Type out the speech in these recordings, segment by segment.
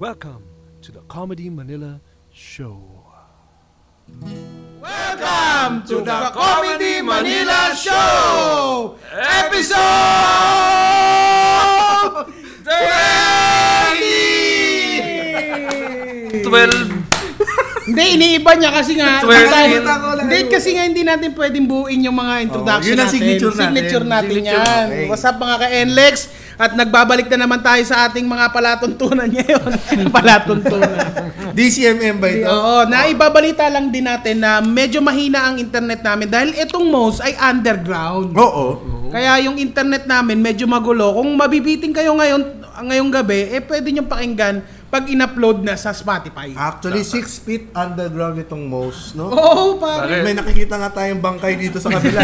Welcome to the Comedy Manila Show. Welcome to the Comedy Manila Show! Episode 20! 12. Hindi, iniiba niya kasi nga. Twerk. dahil- Nakita ko lang. Hindi, kasi nga hindi natin pwedeng buuin yung mga introduction Oh, yun ang natin. signature natin. Signature natin Signature, yan. okay. What's up mga ka-NLEX? At nagbabalik na naman tayo sa ating mga palatuntunan ngayon. palatuntunan. DCMM ba ito? Oo, naibabalita lang din natin na medyo mahina ang internet namin dahil itong mouse ay underground. Oo. Kaya yung internet namin medyo magulo. Kung mabibiting kayo ngayon ngayong gabi, eh pwede niyong pakinggan pag in-upload na sa Spotify. Actually, 6 feet underground itong mouse, no? Oo, pare. Bakit? May nakikita nga tayong bangkay dito sa kabila.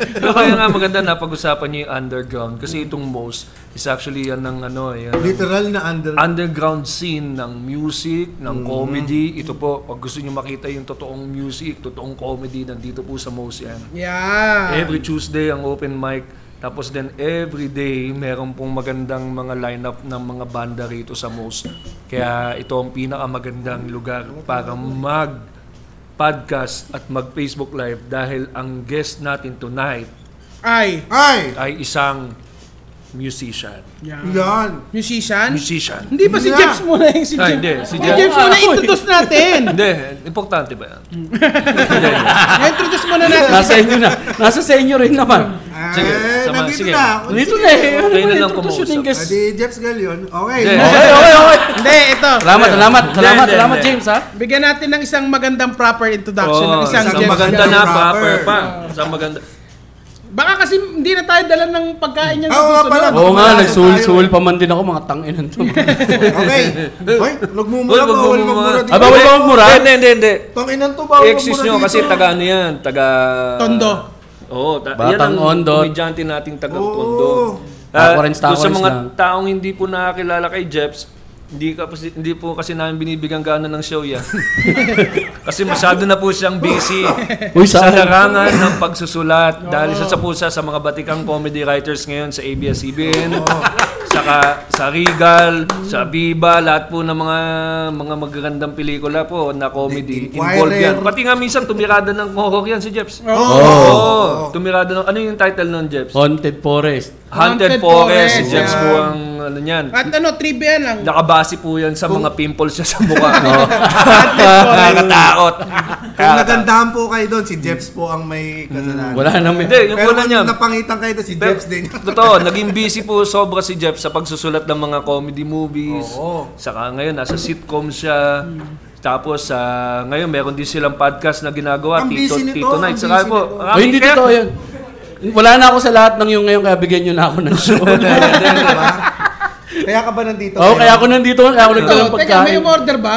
Pero kaya nga maganda napag-usapan niyo yung underground kasi itong most is actually yan ng ano, yan ng Literal na underground. underground scene ng music, ng Mm-hmm. comedy. Ito po, pag gusto niyo makita yung totoong music, totoong comedy, nandito po sa most yan. Yeah. Every Tuesday ang open mic. Tapos then every day meron pong magandang mga lineup ng mga banda rito sa most. Kaya ito ang pinakamagandang lugar para mag podcast at mag Facebook live dahil ang guest natin tonight Ay. Ay! ay isang musician. Yeah. Yan! Musician? Musician. Hindi ba si Yeah. Jeps muna yung si Jeps? Ah, hindi, si Si Jeps. Jeps muna, Hmm. introduce natin. Hindi, importante ba yan? introduce muna natin. Nasa inyo na. Nasa sa inyo rin naman. Sige, Ay, sama- Ah, nandito sige. na! Ah, Dito na eh. Ano Kayo ba na lang introduction kumuusap. ng guest? Adi, Jeps Galion. Okay. Hindi. Okay, okay, okay. Hindi, ito. Salamat, salamat, Hindi, salamat, hindi, salamat hindi. James ha. Bigyan natin ng isang magandang proper introduction ng Oh, isang, isang Jeps. maganda Galion. na Proper. proper pa. Isang maganda. Baka kasi hindi na tayo dala ng pagkain niya. Oo nga pala. susunod. Oo nga, Malakas nagsuhul-suhul pa man din ako mga tanginan to. Okay. Hoy, nagmumura Huwag ka, huwag magmura magmumura. dito. Ah, bawal Hindi, ba magmura? Hindi, hindi, hindi. Panginan to, bawal Excuse nyo magmura kasi dito. taga ano yan, taga... Tondo. Oo, ta- Batang yan ang Ondot. komedyante nating taga Oo. Tondo. Ah, Ako rin, doon sa Taco rin mga lang. taong hindi po nakakilala kay Jeps, hindi, ka, kasi- hindi po kasi namin binibigyan gana ng show yan. kasi masyado na po siyang busy Uy, sa saan? larangan ng pagsusulat. Dahil isa sa pusa sa mga batikang comedy writers ngayon sa ABS-CBN, saka sa Regal, sa Viva, lahat po ng mga mga magagandang pelikula po na comedy. Inquirer. Involved yan. Pati nga minsan tumirada ng horror yan si Jeps. Oo. Oo. Tumirada ng... Ano yung title nun, Jeps? Haunted Forest. Haunted Haunted Forest. Si Forest, Jeps yeah. po ang ano niyan. At ano, trivia lang. Nakabase po yan sa mga pimples niya sa mukha. Oh. Nakakatakot. Kung Ah, nagandahan po kayo doon, si Jeps po ang may Hmm. kasalanan. Wala na may... Hindi, yung Pero kulang kung niya. napangitan kayo doon, si Jeps din. Totoo, naging busy po sobra si Jeff sa pagsusulat ng mga comedy movies. Oo. Saka ngayon, nasa sitcom siya. Tapos sa ngayon, meron din silang podcast na ginagawa, Ang Tito, busy nito, Tito ang Night. Saka busy po, nito. maraming Ay, hindi kaya- totoo yan. Wala na ako sa lahat ng yung ngayon kaya bigyan nyo na ako ng show. Diba? Kaya ka ba nandito? Oo, kaya ako nandito, kaya ako Ito, nagtalang teka, may pagkain. umorder ba?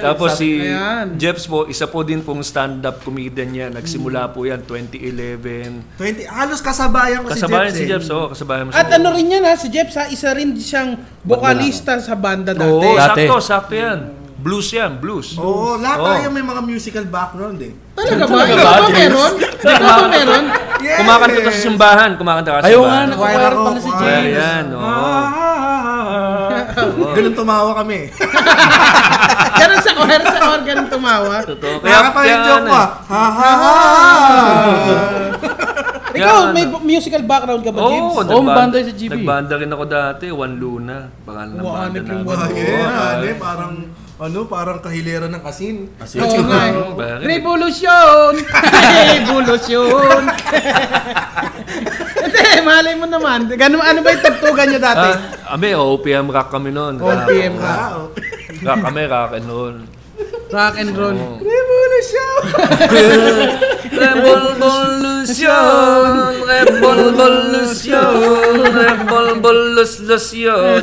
Tapos si Ayan. Jeps po, isa po din pong stand-up comedian niya. Nagsimula po yan 2011. 20, halos kasabayan ko Kasabayan si oh. si Jeps, Jeps. eh. oo, kasabayan mo si At Jeps. ano rin yan ha, si Jeps ha, isa rin siyang vocalista sa banda dati. Oo, Dati. sakto, sakto yan. Blues yan, blues. Oo, lahat Oo. tayo may mga musical background eh. Talaga ba? Ikaw ba meron? Ikaw ba meron? Yes! Kumakanta ka sa simbahan, kumakanta ka sa Ayaw nga, Choir simbahan. nakakwire ako, pala si choir. Ayan, James. yan, oo. Ganun tumawa kami. Ganun sa or, sa or, ganun tumawa. Totoo. Kaya pa yung joke ano, ko ah. Ha ha ha. Ikaw, ano. may bu- musical background ka ba, James? Oo, Oo, nagbanda- banda sa GB. Nagbanda rin ako dati, One Luna. Pangalan ng Wow, banda hanip yung namin. One Ah, Oo, yeah, ah, ano eh, parang ano, parang kahilera ng asin. Oo nga. eh. Bakit? Revolution! Revolution! Hindi, malay mo naman. Ganun, ano ba yung tugtugan nyo dati? Ah, kami, OPM rock kami noon. Rock- OPM ka. Wow. Rock kami, rock and roll. Rock and roll. Oo. Revolution! Revolution! Revolution! Revolution!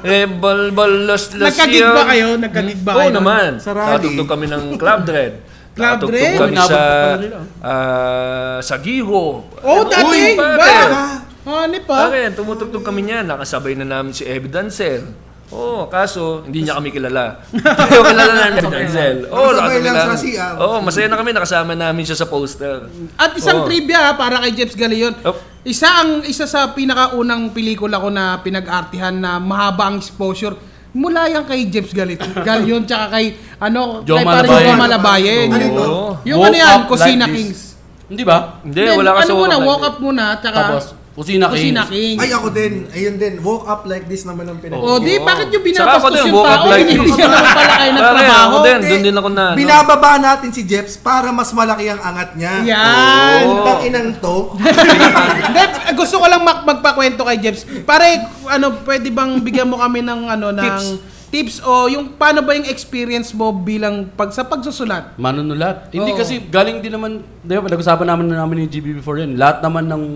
Revolution! Revolution! Nagkagig ba kayo? Nagkagig ba Oo kayo? naman. Sa rally. Nakatugtog kami ng Club Dread. Club Nakatugtog Dread? kami Inabot sa... pa pala nila. ah, sa Giho. Oo, Oh, dati! Uy, Ba? bakit? Ano pa? Bakit? Tumutugtog kami niyan. Nakasabay na namin si Evidancel. Oo, oh, kaso hindi niya kami kilala. Pero kilala na namin si Darzel. Oo, oh, Sabay Ano lang ah? nakasama sa CR. Oo, masaya na kami. Nakasama namin siya sa poster. At isang Oo. Oh. trivia ha, para kay Jeps Galeon. Op. Isa ang isa sa pinakaunang pelikula ko na pinag-artihan na mahaba ang exposure. Mula yan kay Jeps Galit. Galeon tsaka kay ano Joe kay parang Malabayan. Joe Malabayan. Ah, Ano ito? Oo. Yung Woke ano yan, up like Cosina this. Kings. Hindi ba? Hindi, Then, wala ka ano sa muna, walk walk up muna tsaka Tapos, Kusina Cosina Kings. Kings. Ay, ako din. Ayun din. Woke up like this naman ang pinag- O Oh, di, Oo. bakit yung Saka binabastos ako din, yung walk up tao? like Hindi this. siya naman pala kayo ng Pare, trabaho. ako din. doon ako na, ano. Binababa natin si Jeps para mas malaki ang angat niya. Yan. Oh. Ang Tanginang to. Hindi, gusto ko lang mag- magpakwento kay Jeps. Pare, ano, pwede bang bigyan mo kami ng ano ng tips, Tips. o yung paano ba yung experience mo bilang pag sa pagsusulat? Manunulat. Hindi Oo. kasi galing din naman, di ba, nag-usapan naman na namin ni GB before yun. Lahat naman ng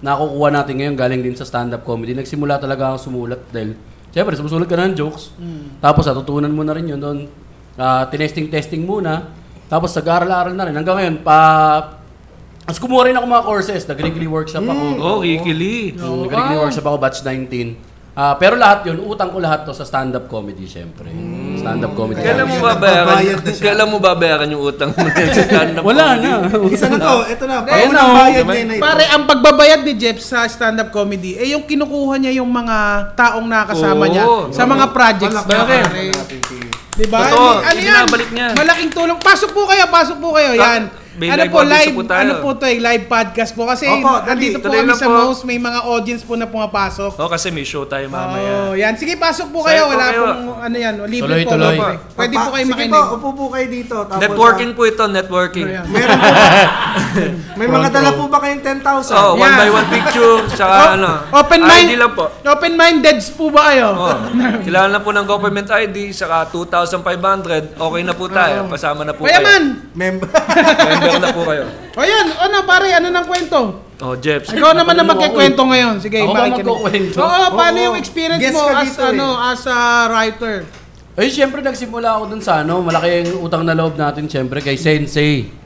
nakukuha natin ngayon galing din sa stand-up comedy. Nagsimula talaga ako sumulat dahil, syempre, sumusulat ka na ng jokes. Tapos natutunan mo na rin yun doon. Ah, tinesting-testing muna. Tapos nag-aaral-aaral na rin. Hanggang ngayon, pa... Mas kumuha rin ako mga courses. Nag-weekly workshop ako. Oo, oh, Ricky Lee. Mm, Nag-degree workshop ako, batch 19. Ah, pero lahat yun, utang ko lahat to sa stand-up comedy, syempre. Stand-up comedy. Kailan mo Kaya babayaran? nagbabayad na siya. Kailan mo babayaran yung utang mo na sa stand-up Wala comedy? na. Isa na to. Ito na. Ayun na, Paunang oh. bayad niya na ito. Pare, ang pagbabayad ni Jeps sa stand-up comedy, eh yung kinukuha niya yung mga taong nakasama Oo, niya sa mga projects. Malaki niya, Bakit? pare. natin si... Diba? Totoo, Ano yan? ibinabalik niya. Malaking tulong. Pasok po kayo, pasok po kayo. Ah, Yan. may ano live po, audience live, po tayo. ano po to, eh, live podcast po. Kasi Opo, dali, andito po tuloy kami na sa po. most, may mga audience po na pumapasok. Oo, kasi may show tayo Oh, mamaya. yan. Sige, pasok po Sorry kayo. po Wala kayo. pong ano yan. Libre Tuloy, po. tuloy. libre. Pwede po Papa- kayo Sige makinig. po, upo po kayo dito. Ah, Tapos, oh, Networking po ito, networking. Ayan. Meron po ba? May mga dala po ba kayong 10,000? Oo, one Yeah. by one picture, tsaka Oh, ano. Open mind. ID lang po. Open minded po ba kayo? Oh, kailangan na po ng government ID, saka 2,500, okay na po tayo. Ah. Kasama na po Kaya man. Member. kayo. Member na po kayo. O yan, ano pare, ano nang kwento? Oh, Jeps. Ikaw naman na magkikwento ngayon. Sige, Ako ba makikinig. magkukwento? Oo, paano Oo. yung experience Guest mo ka as dito eh. ano, as a writer? Ay, siyempre nagsimula ako dun sa ano, malaki yung utang na loob natin siyempre kay Sensei.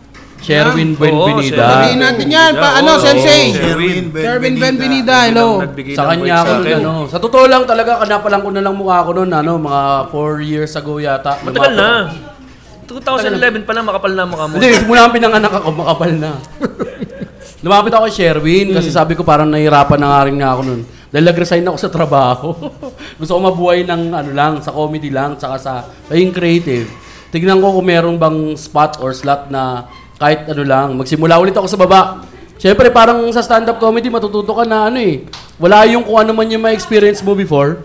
Sherwin Oo, Sabihin Buenvenida. Sherwin. natin yan, pa, ano, Oo. sensei. Sherwin. Sherwin Benvenida, hello. Nagbigay Sa ng kanya ako bike nun, akin. ano. Sa totoo lang talaga, kanapalang ko na lang mukha ko nun, ano, mga 4 years ago yata. Matagal Mga- na. 2011 pa lang, makapal na mukha mo. Hindi, simula ang pinanganak ako, makapal na. Lumapit ako kay Sherwin kasi sabi ko parang nahihirapan na nga rin nga ako nun. Dahil nag-resign ako sa trabaho. Gusto ko mabuhay ng ano lang, sa comedy lang, tsaka sa ayun creative. Tignan ko kung meron bang spot or slot na kahit ano lang. Magsimula ulit ako sa baba. Siyempre, parang sa stand-up comedy, matututo ka na ano eh. Wala yung kung ano man yung ma-experience mo before.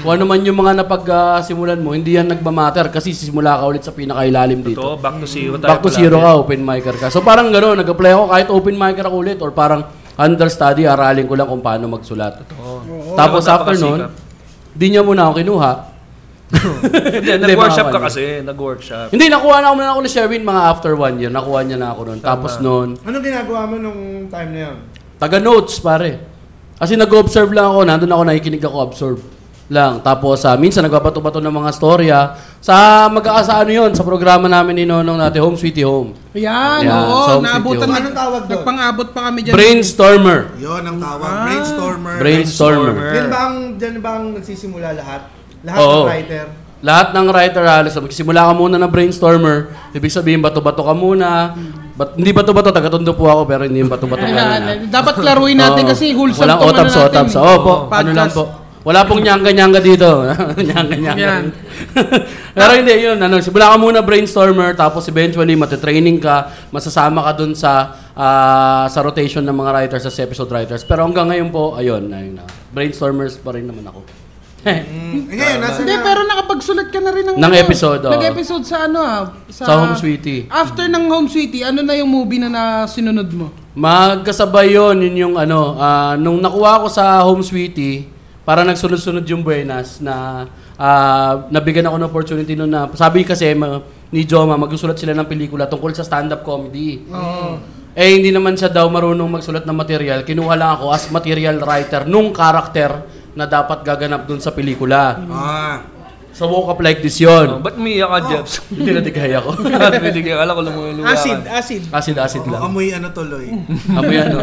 Kung ano man yung mga napagsimulan mo, hindi yan nagmamatter kasi simula ka ulit sa pinakailalim dito. Ito, back to zero tayo. Back to palagi. zero ka, open micer ka. So parang gano'n, nag-apply ako kahit open micer ako ulit or parang understudy, aralin ko lang kung paano magsulat. Oo. Tapos Pero after nun, napakasikap. di niya muna ako kinuha. Hindi, Hindi, nag-workshop mga ka kapal. kasi, nag-workshop. Hindi, nakuha na ako muna ako ni Sherwin mga after one year. Nakuha niya na ako nun. Tapos nun, Anong ginagawa mo nung time na yun? taga-notes pare. Kasi nag-observe lang ako, nandun ako, nakikinig ako, absorb lang. Tapos ah, minsan nagpapato-pato ng mga storya sa mag-aasa ano yun, sa programa namin ni Nonong natin, Home Sweetie Home. Yan, Yan, oo, so, naabutan video. na- Anong tawag doon? Nagpang-abot pa kami dyan. Brainstormer. Yun ang tawag. Ah. Brainstormer. Brainstormer. Yan ba ang, dyan ba ang nagsisimula lahat? Lahat Oo. ng writer? Lahat ng writer halos, magsimula ka muna ng brainstormer, ibig sabihin bato-bato ka muna, Bat- hindi bato-bato, taga-tondo po ako, pero hindi yung bato-bato ka na. Ayan, dapat klaruin natin Oo. kasi wholesome Walang to ano otaps, natin. otaps. Oo po, ano Podcast. lang po. Wala pong nyangga-nyangga dito. nyangga-nyangga. Yan. pero hindi, yun. Ano, simula ka muna brainstormer, tapos eventually matitraining ka, masasama ka dun sa ah, sa rotation ng mga writers, sa episode writers. Pero hanggang ngayon po, ayun, ayun na. Brainstormers pa rin naman ako. Hmm. Mm. Eh, Ngayon, nasa Hindi, na? pero nakapagsulat ka na rin ng, ano. Ng episode, oo. Nag-episode sa ano ah. sa Home Sweetie. After ng Home Sweetie, ano na yung movie na, na sinunod mo? Magkasabay yun, yun yung ano, ah, nung nakuha ko sa Home Sweetie, para nagsunod-sunod yung Buenas na ah, nabigyan ako ng opportunity nun na, sabi kasi ma- ni Joma, magsusulat sila ng pelikula tungkol sa stand-up comedy. Eh, hindi naman siya daw marunong magsulat ng material. Kinuha lang ako as material writer nung karakter na dapat gaganap dun sa pelikula. Ah. So, woke up like this Oh, yun. ba't umiiyak ka, Jeps? Hindi natigay ako. Hindi ka, alam ko lumulungan. Oh. Acid, acid. Acid-acid Oo, lang. amoy ano tuloy. Amoy ano?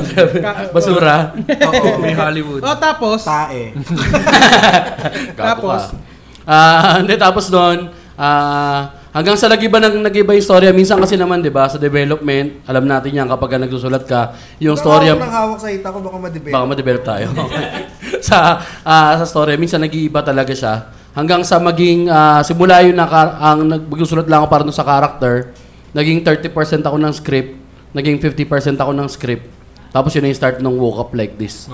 Basura. Oo, may Hollywood. O tapos, Tae. Gago Tapos? ka. Ah, hindi, tapos doon, ah, hanggang sa nagiba, nag, nagiba yung storya. Minsan kasi naman, di ba, sa development, alam natin yan kapag nagsusulat ka, yung storya... Ang hawak sa ita ko, baka Baka ma-debate. ma-develop tayo. sa ah, sa story, minsan nag-iiba talaga siya. Hanggang sa maging, ah, simula yun naka, ang nagsusulat lang ako para dun sa character, naging 30% ako ng script, naging 50% ako ng script. Tapos yun na yung start ng Woke Up Like This.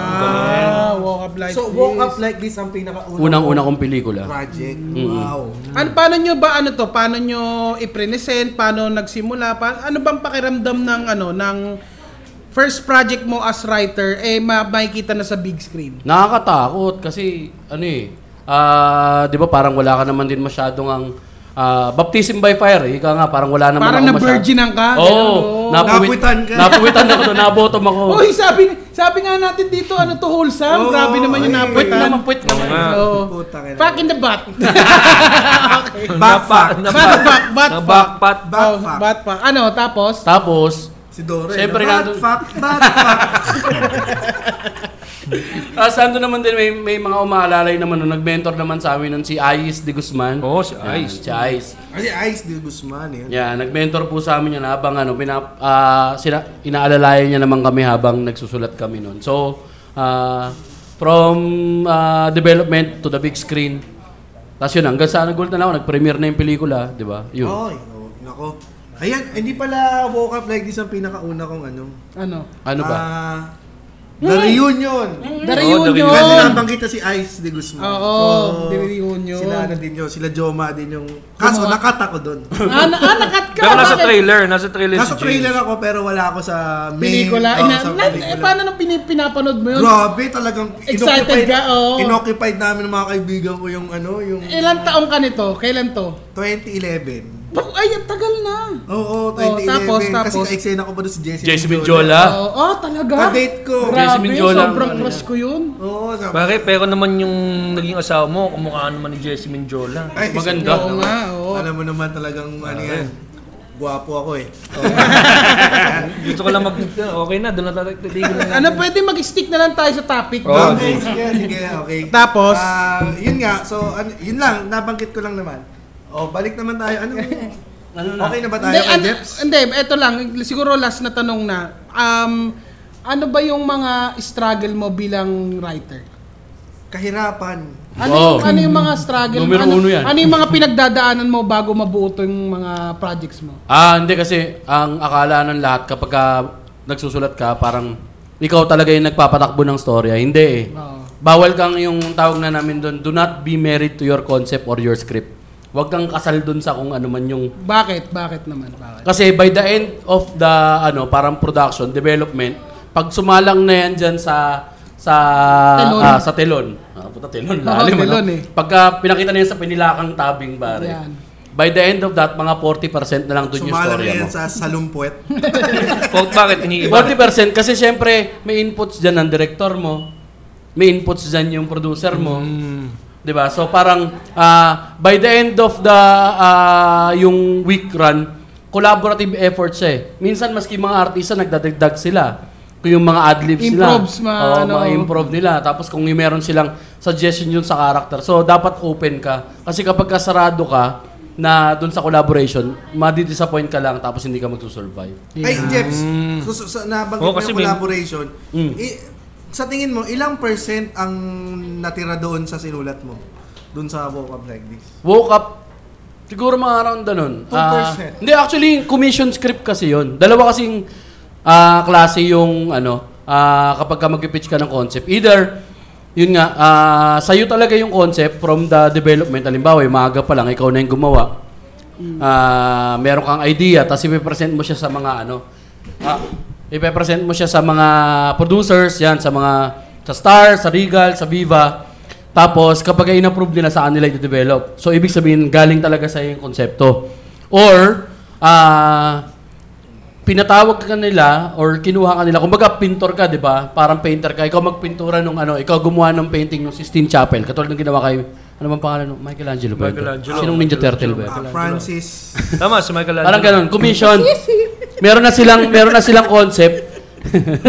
Ah, walk up like So, this. woke up like this ang pinakaunang Unang-una kong pelikula. project. Wow. Ano, paano nyo ba ano to? Paano nyo i-present? Paano nagsimula? Pa, ano bang pakiramdam ng ano ng first project mo as writer eh ma- makikita na sa big screen? Nakakatakot kasi ano eh, ah, 'di ba parang wala ka naman din masyadong ang ah, baptism by fire, eh. ika nga parang wala naman Parang ako na virgin ang ka. Oo. Oh, Ganun, oo. Napuwitan ka. Napuwitan ako doon, nabotom ako. Uy, sabi sabi nga natin dito ano to wholesome. Oo, Grabe naman yung ay, Puwit napuwitan. naman, puwit naman. nga. Oo. Puta ka na. Fuck in the butt. Back Bat fuck, fact. bat na fuck. backpat. Bat Oh, fuck. bat fuck. Ano, tapos? Tapos, Si Dore. Siyempre Bad nandun- fact, bad fact. ah, saan doon naman din may, may mga umaalalay naman no, nag-mentor naman sa amin nun si Ais de Guzman. Oo, si Yan, Ais. Si Ais. Kasi Ice de Guzman yun. Yeah, nag-mentor po sa amin yun habang ano, pinap, ah, sina, inaalalayan niya naman kami habang nagsusulat kami nun. So, ah, from ah, development to the big screen, tapos yun, hanggang sa nagulat na lang ako, nag-premiere na yung pelikula, di ba? Yun. Oy, oh, nako. Ayan, hindi pala woke up like this ang pinakauna kong ano. Ano? Ano ba? Ah, the reunion. The the reunion. Kasi nabanggit na si Ice de Guzman. Oo, The So, Reunion. Sila ano din yun, sila Joma din yung... Kaso, nakata ko doon. ah, na, ah, nakat ka. Pero nasa Bakit? trailer, nasa trailer Kaso si James. trailer ako pero wala ako sa main. Pelikula. Oo, Ina- sa na, eh, pelikula. paano nung pinip- pinapanood mo yun? Grabe, talagang Excited inoccupied- ka, oh. oo. Inoccupied namin ng mga kaibigan ko yung ano, yung Ilan taong ka nito? Kailan to? 2011. Ba- Ay, ang tagal na. Oo, 2011. Oh, tapos, tapos. Kasi ka-eksena ko pa doon si Jesse Jesse Mendiola. Minjola. Oo, oh, talaga. Kadate ko. Grabe, Ah? Jesse ano Mendiola. sobrang crush ko yun. Oo, sa- Pare, pero naman yung naging asawa mo, kumukha naman ni Jesse Minjola. Ay, Maganda. Oo nga, oo. Alam mo naman talagang ano yan. Guwapo ako eh. Gusto ko lang mag... Okay na, doon na tayo. titigil na. Ano, pwede mag-stick na lang tayo sa topic. Oo. Tapos, yeah, sige, okay. Tapos? Ah, yun nga, so, an- yun lang, nabanggit ko lang naman. O, balik naman tayo. Ano? Okay na ba tayo Hindi, kay ano- Jeps? hindi, eto lang. Siguro last na tanong na. Um, ano ba yung mga struggle mo bilang writer? Kahirapan. Ano, Wow. yung, ano yung mga struggle? Numero ano, uno yan. Ano yung mga pinagdadaanan mo bago mabuo to yung mga projects mo? Ah, hindi kasi ang akala ng lahat kapag ka nagsusulat ka, parang ikaw talaga yung nagpapatakbo ng storya. Hindi eh. Oo. Bawal kang yung tawag na namin doon, do not be married to your concept or your script. Huwag kang kasal doon sa kung ano man yung Bakit? Bakit naman? Bakit? Kasi by the end of the ano, parang production development, pag sumalang na yan diyan sa sa Telon. ah, sa telon. Ah, puta Oo, telon lalim, ano? telon eh. Pagka pinakita na yan sa pinilakang tabing bare. Yan. By the end of that, mga 40% na lang doon yung Sumala storya na mo. yan sa salumpuet. Bakit- Bakit iniiba? 40% kasi syempre may inputs diyan ng director mo, may inputs diyan yung producer mo. 'Di ba? Diba? So parang ah, by the end of the ah, yung week run, collaborative efforts siya eh. Minsan maski mga artista nagdadagdag sila kung yung mga adlibs nila. Improves, mga Oo, ano. mga improve nila. Tapos kung yung meron silang suggestion yun sa character. So dapat open ka. Kasi kapag kasarado ka na dun sa collaboration, madidisappoint ka lang tapos hindi ka magsusurvive. Ay, Jeps, so, so, so, nabanggit mo Oo, kasi yung may- collaboration. I- sa tingin mo, ilang percent ang natira doon sa sinulat mo? Doon sa woke up like this? Woke up, siguro mga around na nun. 2%. Ah, hindi, actually, commission script kasi yon Dalawa kasing ah, klase yung, ano, ah, kapag ka mag-pitch ka ng concept. Either, yun nga, ah, sa'yo talaga yung concept from the development. Halimbawa, yung maaga pa lang, ikaw na yung gumawa. Ah, meron kang idea, tapos ipipresent mo siya sa mga, ano, ah, ipipresent mo siya sa mga producers, yan, sa mga, sa Star, sa Regal, sa Viva. Tapos, kapag in-approve nila, saan nila i-develop. So, ibig sabihin, galing talaga sa yung konsepto. Or, ah, pinatawag ka nila or kinuha ka nila. Kumbaga, pintor ka, di ba? Parang painter ka. Ikaw magpintura nung ano, ikaw gumawa ng painting ng Sistine Chapel. Katulad ng ginawa kay, ano bang pangalan? nung- Michelangelo ba? ito? Michelangelo. Sinong Ninja Turtle ba? ito? Ah, Francis. Tama, si Michael Parang ganun, commission. meron na silang, meron na silang concept.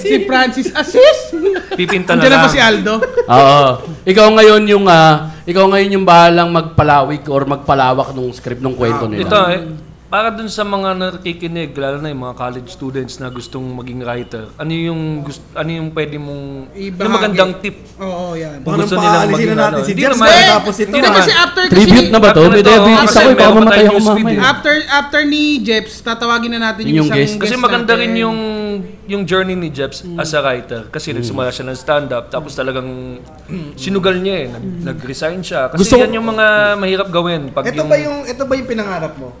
Si Francis Assis! Pipinta na Andiyan na lang. ba si Aldo? Oo. Ikaw ngayon yung, ah, Ikaw ngayon yung bahalang magpalawig or magpalawak ng script ng kwento nila. Ito, eh, para dun sa mga nakikinig, lalo na yung mga college students na gustong maging writer, ano yung, gust, ano yung pwede mong, Ibahagi. yung magandang tip Oo, yan. kung Parang gusto nilang paalisin maging na natin ano. si Hindi Jeff, naman. eh, tapos ito Hindi Hindi naman. kasi after kasi... Tribute na ba to? After May na to, debut kasi isa ko, eh, baka meron pa mamatay tayong ako newsfeed mamaya. eh. After, after ni Jeps, tatawagin na natin yung, Yung isang guest. guest. Kasi maganda natin. rin yung yung journey ni Jeps Hmm. as a writer Hmm. kasi nagsimula siya ng stand-up tapos talagang Hmm. sinugal niya eh. Nag- Nag-resign siya. Kasi Gusto ko- yan yung mga mahirap gawin. Pag Ito yung, ba yung ito ba yung pinangarap mo?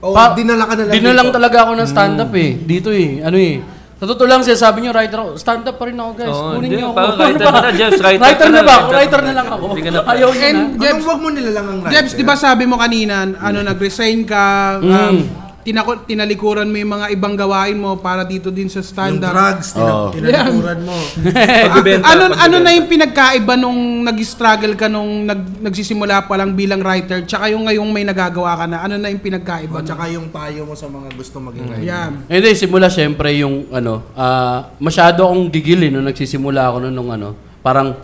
O Pa- dinala ka na lang. Ano Dinalang dito? talaga ako ng stand-up eh. Hmm. Dito eh. Ano eh. Sa totoo lang siya, sabi niyo, writer ako. Stand-up pa rin ako, guys. Oo, Kunin hindi, niyo ako. parang Ano writer ba? ka na, Jeff. Writer Writer ka na na, ba? ako? writer Writer ka na na. lang ako. Hindi ka na- Ayaw niyo And na. Anong Jeps, wag mo nilalang ang writer? Jeps, di ba sabi mo kanina, ano, nag-resign ka, Mm. um, tinako- tinalikuran mo yung mga ibang gawain mo para dito din sa Yung stand-up. drugs, Oo. tina- tinaturan mo. Pagbibenta, ano ano pagbibenta. na yung pinagkaiba nung nag-struggle ka nung nag, nagsisimula pa lang bilang writer tsaka yung ngayong may nagagawa ka na ano na yung pinagkaiba At saka yung payo mo sa mga gusto maging writer. yan Hindi, simula syempre yung ano, ah, masyado akong gigil eh, nung nagsisimula ako nun, nung ano, parang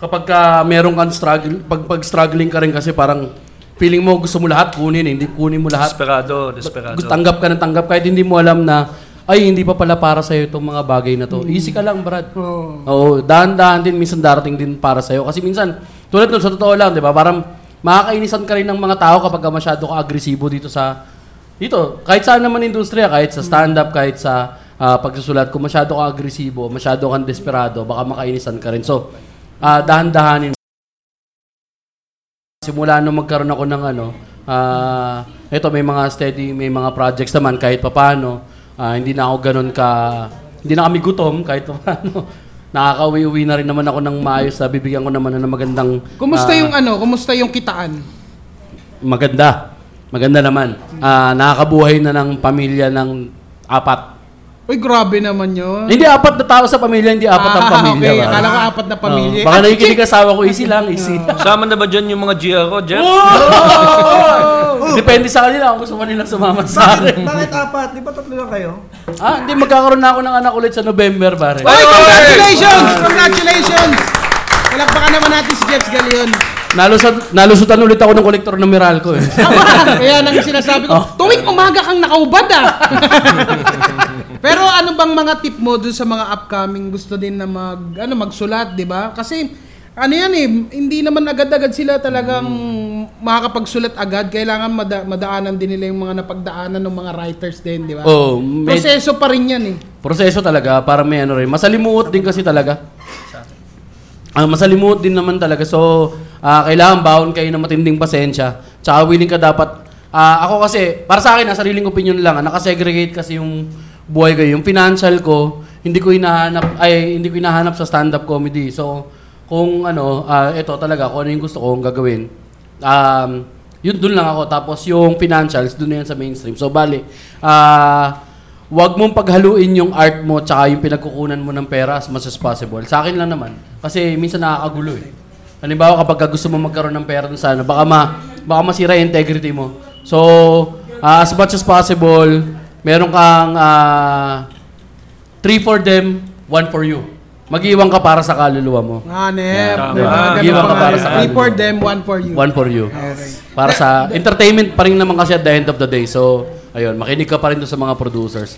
kapag ka meron kang struggle, pag, pag struggling ka rin kasi parang feeling mo gusto mo lahat kunin eh, hindi kunin mo lahat. Desperado, desperado. Gusto, tanggap ka ng tanggap kahit hindi mo alam na ay hindi pa pala para sa itong mga bagay na to. Easy ka lang, Brad. Oo. Oo, dahan-dahan din minsan darating din para sa kasi minsan tulad nun sa totoo lang, 'di ba? Parang makakainisan ka rin ng mga tao kapag ka masyado ka agresibo dito sa dito, kahit saan naman industriya, kahit sa stand-up, kahit sa ah, pagsusulat, kung masyado ka agresibo, masyado kang desperado, baka makainisan ka rin. So, ah, dahan-dahanin simula nung magkaroon ako ng ano, ah ito may mga steady, may mga projects naman kahit papaano. Ah, hindi na ako ganun ka, hindi na kami gutom kahit papaano. Nakaka-uwi-uwi na rin naman ako ng maayos na bibigyan ko naman ng magandang... kumusta ah, yung ano kumusta yung kitaan Maganda. Maganda naman. Ah, nakakabuhay na ng pamilya ng apat. uy grabe naman yun Ah, Hindi apat na tao sa pamilya, hindi apat ang pamilya. okay. ba? akala ko apat na pamilya Ah, Baka nakikinig asawa ko, easy lang, easy. Sama na ba dyan yung mga GRO, Jeff? Oh. Depende sa kanila kung gusto man nilang sumama sa Bakit, akin. bakit apat? Di ba tatlo lang kayo? Ah, hindi, magkakaroon na ako ng anak ulit sa November, pare. Ay, congratulations congratulations palakpakan naman natin si Jeps Galion Nalusot, nalusutan ulit ako ng kolektor ng Meralco eh. Kaya nang sinasabi Oh. ko, tuwing umaga kang nakaubad ah. Pero ano bang mga tip mo dun sa mga upcoming gusto din na mag ano magsulat, 'di ba? Kasi ano yan eh, hindi naman agad-agad sila talagang Hmm. makakapagsulat agad. Kailangan mada- madaanan din nila yung mga napagdaanan ng mga writers din, di ba? Oh, may- Proseso pa rin yan eh. Proseso talaga, para may ano rin. Masalimuot din kasi talaga. Ah, masalimuot din naman talaga. So, ah, kailangan baon kayo ng matinding pasensya. Tsaka willing ka dapat. Ah, ako kasi, para sa akin, ang sariling opinion lang, ah, nakasegregate kasi yung buhay ko. Yung financial ko, hindi ko hinahanap, ay, hindi ko hinahanap sa stand-up comedy. So, kung ano, ah, ito talaga, kung ano yung gusto ko, kung gagawin. Um, yun, dun lang ako. Tapos yung financials, dun na yan sa mainstream. So, bali, ah, Huwag mong paghaluin yung art mo tsaka yung pinagkukunan mo ng pera as much as possible. Sa akin lang naman. Kasi minsan nakakagulo eh. Halimbawa kapag ka gusto mo magkaroon ng pera dun sa ano, baka, ma, baka masira yung integrity mo. So, ah, as much as possible, meron kang ah, three for them, one for you. Mag-iwan ka para sa kaluluwa mo. Ah, nem. Tama. Diba? Ganun Iba pa ka nga para eh. sa Three kanila. for them, one for you. One for you. Okay. Para sa entertainment pa rin naman kasi at the end of the day. So, ayun, makinig ka pa rin dun sa mga producers.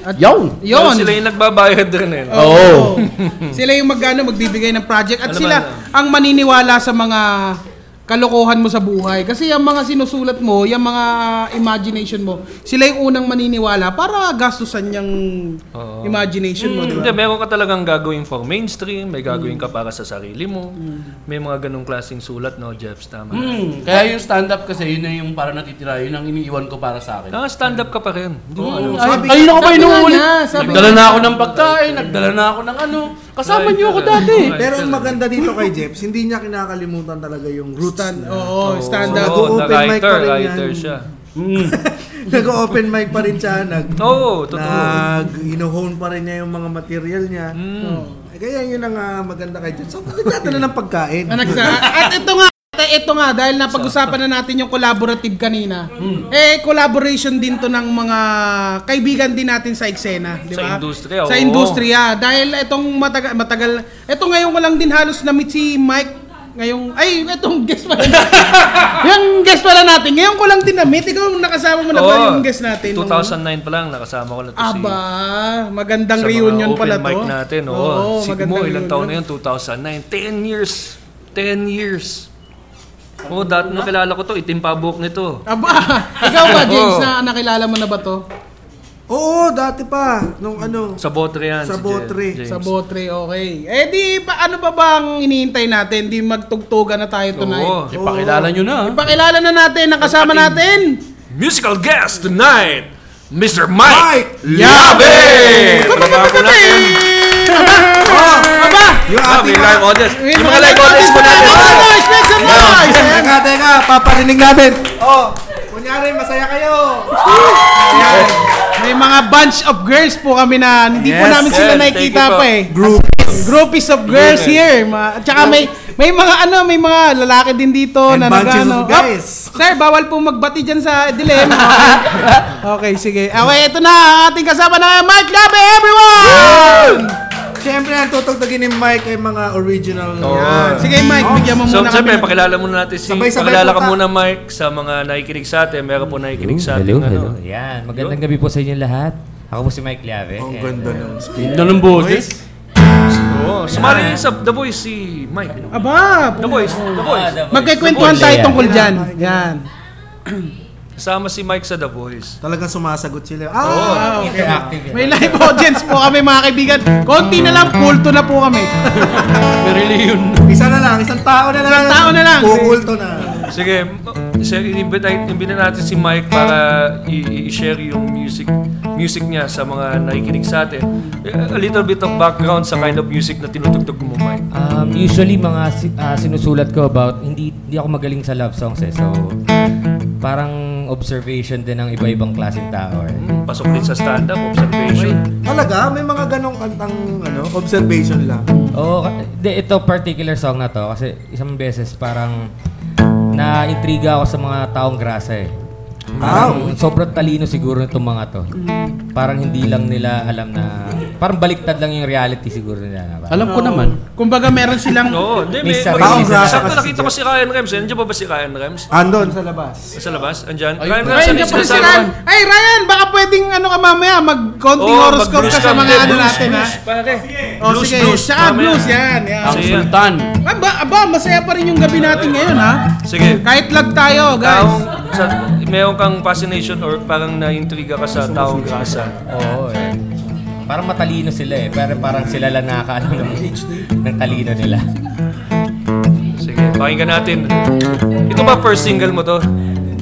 At- Yun! Yun. Yun. Oh. Sila yung nagbabayad rin eh. Oo. sila yung magano magbibigay ng project at Ano sila ba ang maniniwala sa mga kalokohan mo sa buhay kasi yung mga sinusulat mo, yung mga imagination mo, sila yung unang maniniwala para gastusan yung imagination mo, di ba? Hindi, meron ka talagang gagawin for mainstream, may gagawin Hmm. ka para sa sarili mo. May mga ganong klaseng sulat, no, Jeff? Tama. Hmm. Mm, kaya yung stand-up kasi, yun na yung para natitira, yun ang iniiwan ko para sa akin. ano. Ah, stand up ka pa rin. Hindi Oh, mo alam. Ay, kayo na ko ba sabi inuulit? nga niya, sabi Nagdala nga. na ako ng pagkain, nagdala na ako ng ano. Kasama Ay, niyo ako talaga. dati. Ay, Pero ang talaga. maganda dito kay Jeps, hindi niya kinakalimutan talaga yung roots Stand, niya. oo, stand up. Oo, Nag-open mic writer, pa rin yan. writer siya. Nag-open mic pa rin siya, nag Oo, totoo. nag hone pa rin niya yung mga material niya. Hmm. Oo. Kaya yun ang ah, maganda kay Jeps. So, nagdadala ng pagkain. Ano? Ah, nagsa- at ito nga, at ito nga, dahil napag-usapan na natin yung collaborative kanina, Hmm. eh, collaboration din to ng mga kaibigan din natin sa eksena, di Sa ba? industriya, Sa oo. industriya. Dahil itong matagal, matagal, ito ngayon ko lang din halos na-meet si Mike ngayong, ay, itong guest pala natin. yung guest pala natin, ngayon ko lang dinamit. Ikaw, nakasama mo na ba Oo, Ano yung guest natin? nung- 2009 pa lang, nakasama ko na to si... Aba, magandang sa mga reunion open pala to. mic natin, oo. si magandang Mo, ilang taon na reunion. yun? 2009. 10 years. 10 years. Oo, dati nung kilala ko to, itim pa buhok nito. Aba, ikaw ba, James, Oo. na nakilala mo na ba to? Oo, dati pa. Nung ano. Sa botre yan. Sa si botre. James. Sa Botre, okay. Eh di, pa, ano ba bang inihintay natin? Di magtugtugan na tayo Oo. tonight. Ipakilala nyo na. ah. Pakilala na natin ang kasama natin. Musical guest tonight, Mr. Mike, Mike Labe! Trabaho natin. Oh, Aba! yung Ah, may ating live mga... audience. Yung mga live audience mo natin. Mga boys, make some noise! Teka, teka, paparinig natin. Oh, kunyari, masaya kayo. Ayan. May mga bunch of girls po kami na hindi po Yes, namin sila sir. nakikita pa Thank you po. eh. Group. Groupies of girls here. Ma- tsaka may may mga ano, may mga lalaki din dito na And bunches nagano. of Oh, guys. sir, bawal po magbati dyan sa dilim. Okay, okay sige. Okay, ito na ang ating kasama na Mike Labe, everyone! Siyempre, ang tutugtugin ni Mike ay mga original. Oo. Yan. Sige Mike, bigyan mo So, muna kami. siyempre, ng- pakilala muna natin si... Sabay-sabay pakilala ka punta. muna, Mike, sa mga nakikinig sa atin. Meron po nakikinig sa atin. ano. Ayan, magandang gabi po sa inyo lahat. Ako po si Mike Liave. Ang and, ganda uh, ng speed. Ganda ng boses. Oo, sumali rin sa The Voice si Mike. Aba, The Voice, The Voice. ah, the voice. magkikwentuhan tayo Ayan. tungkol dyan. Yan. Kasama si Mike sa The Voice. Talagang sumasagot sila. Ah! Ah, okay. Interactive yan. May live audience po kami mga kaibigan. Konti na lang, kulto na po kami. May reunion. Isa na lang, isang tao na lang. Isang tao na lang. Kukulto na. Sige, sir, invite imbita natin si Mike para i- i-share yung music music niya sa mga nakikinig sa atin. A little bit of background sa kind of music na tinutugtog mo, Mike. Um, usually, mga si- ah, sinusulat ko about, hindi, hindi ako magaling sa love songs eh. So, parang observation din ng iba-ibang klaseng tao. Eh. Hmm, Pasok din sa stand-up, observation. Talaga, may mga ganong kantang ano, observation lang. Oo, ka- Oh, ah, di, ito particular song na to kasi isang beses parang na-intriga ako sa mga taong grasa eh. Parang sobrang talino siguro nitong mga to. Parang hindi lang nila alam na... Parang baliktad lang yung reality siguro nila. Parang- Alam ko naman. Kumbaga meron silang Oo, hindi. May, May sarili Taong sa- Sakto kasi nakita ko si Ryan Rems. Nandiyan pa ba si Ryan Rems? Andon sa labas. Sa labas? Andyan? Ay, Ryan Rems, Ay, ano hindi yung pa rin si sinasabi Ryan. mo? Ay, Ryan, baka pwedeng ano ka mamaya, mag-konting Oo, horoscope mag-blues ka sa ka. mga Hindi, ano blues, natin, ha? blues, Pare. O, sige. Tsaka mamaya. blues, yan. yan. Ang Sige. sultan. Aba, aba, masaya pa rin yung gabi natin ngayon, ha? Sige. Kahit lag tayo, Taong, guys. sa, meron kang fascination or parang naintriga ka sa taong grasa. Oo eh. Parang matalino sila eh. Pero parang sila lang nakakaalam ng, ng talino nila. Sige, pakinggan natin. Ito ba first single mo to?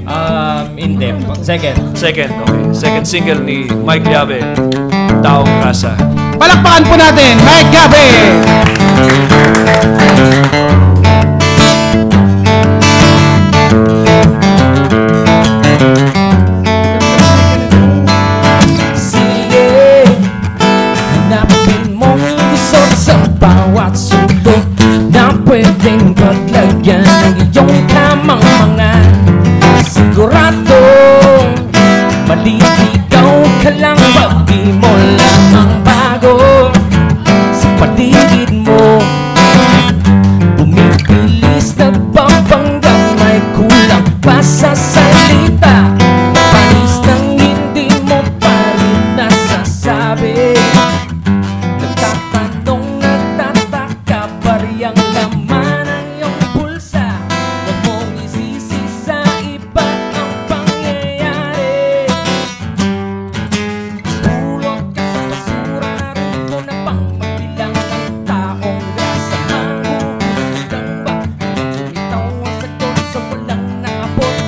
Um, in depth. Second. Second, okay. Second single ni Mike Liave, Taong Grasa. Palakpakan po natin, Mike Gabe! Sige, hanapin mo ang gusto sa bawat sulok Na pwedeng paglagyan ng iyong tamang mga Siguradong maliligaw ka lang Pag di mo lamang bago sa paligid mo Bumibilis na pampanggang may kulang pa sa salita Panis nang hindi mo pa rin nasasabi Nagtatanong, nagtataka pa rin ang laman ng iyong pulsa Huwag mong isisi sa iba ang pangyayari Pulot ka sa basura Naruto na pang magbilang ng taong grasa Ang huhulitan ba? Tumitaw ang sagot sa walang naabot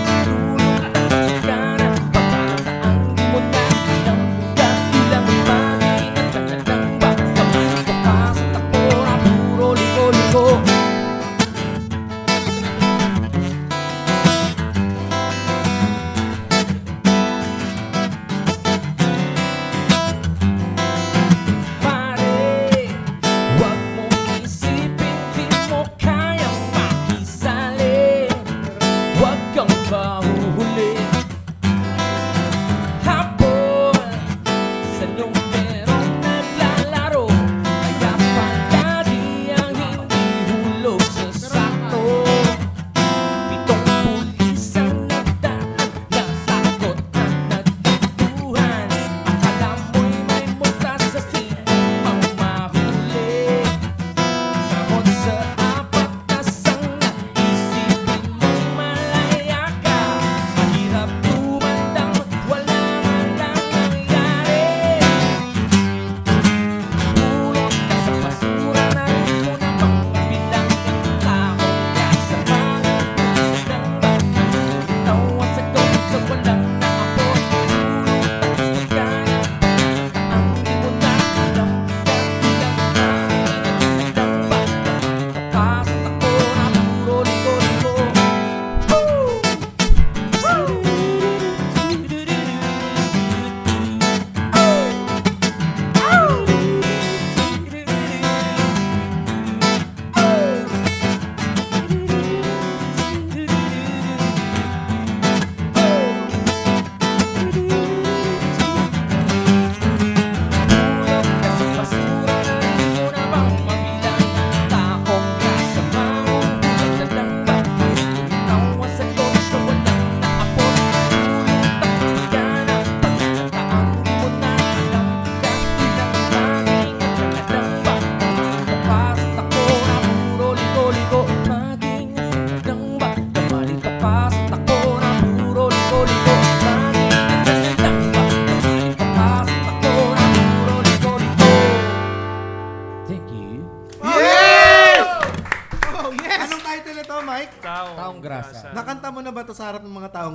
pangarap ng mga ah. taong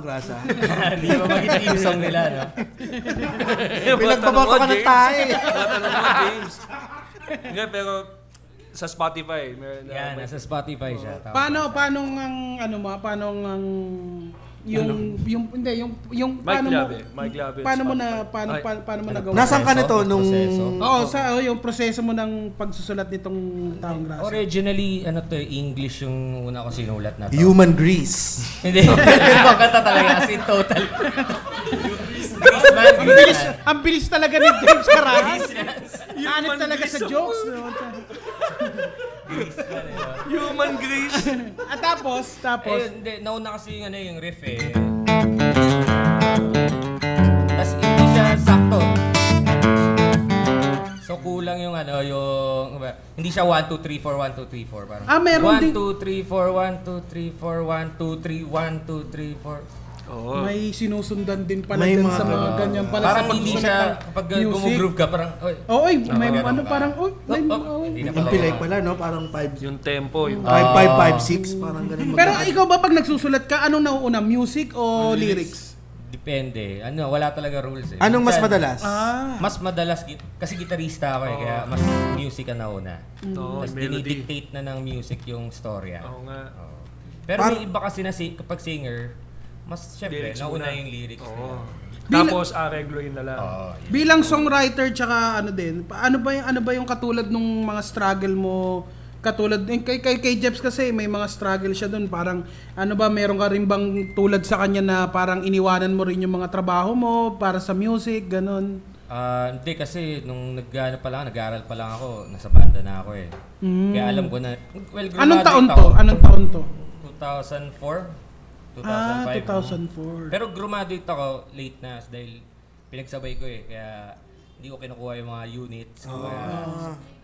grasa? Hindi ba magiging yung song nila, no? Pinagbaboto ka ng tae. Tatanong mo, James. Hindi, pero sa Spotify, meron na. Yan, nasa Spotify siya. Tama. Paano paano ang ano mo, paano ang yung yung hindi yung yung Ano? paano mo Mike Labe, Mike Labe, paano mo na Spotify. paano Ay. Ano? paano, paano mo nagawa? Nasaan ka nito nung... Proseso. Oo, sa oh, yung proseso mo ng pagsusulat nitong taong grasa. Originally, ano to, English yung una ko sinulat na to. Human grease. Hindi. Pakata talaga kasi total. Grease man, Ang grease bilis, man. ang bilis talaga ni James Carahan. Anip talaga sa jokes. no? Human Grease. At tapos, tapos, Eh, hindi. Nauna kasi yung, ano, yung riff eh. Tapos hindi siya sakto. So kulang yung ano, yung... Hindi siya 1, 2, 3, 4, 1, 2, 3, 4. Parang, Ah, meron 1, din- 2, 3, 4, 1, 2, 3, 4, 1, 2, 3, 1, 2, 3, 4. Oo. may sinusundan din pala Oh. May dyan mga sa mga ganun. ganyan pala sa Parang hindi pagsusulat siya, ng kapag music. gumugroove ka, parang... Oy, Oo, oy, may ganun ano ba? parang oy, Oh, may- oh, oh. Hindi na Ang pala. pilay pala, no? Parang 5... Yung tempo, yung 5556, parang ganun. Ah. Pero ikaw ba pag nagsusulat ka, anong nauuna, music o lyrics? Depende. Ano, wala talaga rules eh. Anong mas Minsan, madalas? Ah. Mas madalas, git- kasi gitarista ako eh, kaya mas music ang nauna. Oo, Mm. Tapos melody. dinidictate na ng music yung storya. Oo nga. Oo. Pero Par- may iba kasi na si, kapag singer, mas syempre, Lyrics nauna muna. yung lyrics nila. Oo. Tapos, aregloin na lang. Oo. Bilang songwriter tsaka ano din, pa- ano ba yung ano ba yung katulad nung mga struggle mo katulad eh, kay kay kay Jeps kasi may mga struggle siya doon parang ano ba meron ka rin bang tulad sa kanya na parang iniwanan mo rin yung mga trabaho mo para sa music ganun. Ah, hindi kasi nung nag ano pa lang, nag-aaral pa lang ako, nasa banda na ako eh. Kaya alam ko na, well, Hmm. Anong graduate taon ako, to? Anong taon to? 2004? 2005? Ah, Mm. 2004. Pero graduate ako late na dahil pinagsabay ko eh. Kaya hindi ko kinukuha yung mga units. Ah. Kaya,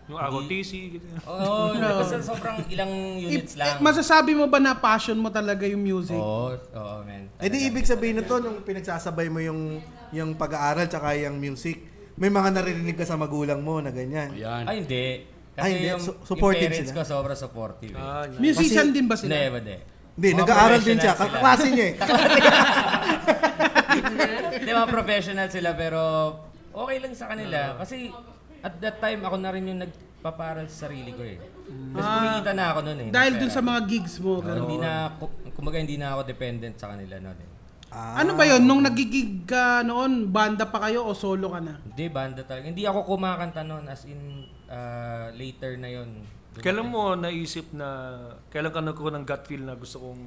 Yung ROTC. ganyan. Oo, basta sobrang ilang I- units lang. Oh. eh, masasabi mo ba na passion mo talaga yung music? Oo, oo, man. Eh di ibig sabihin nito nung pinagsasabay mo yung yung pag-aaral tsaka yung music, may mga naririnig ka sa magulang mo na ganyan. Yan. Ay, hindi. Ay, Kasi Ah, hindi. yung, Su- yung supportive parents sila. ko sobrang supportive. Eh. Ah, yun. Musician din ba Hindi, sila? hindi. Hindi, Mga nag-aaral din siya. professional Kaklase niya eh. Hindi, mga professional sila pero okay lang sa kanila. Kasi at that time, ako na rin yung nagpaparal sa sarili ko eh. Kasi Ah. kumikita na ako noon eh. ng Ah, Dahil dun pera. sa mga gigs mo. So, ganun. hindi na, ku- kumbaga hindi na ako dependent sa kanila noon eh. Ah. Ano ba yon nung nagigig ka noon, banda pa kayo o solo ka na? Hindi, banda talaga. Hindi ako kumakanta noon as in ah, later na yon. Kailan mo naisip na, kailan ka nagkaroon ng gut feel na gusto kong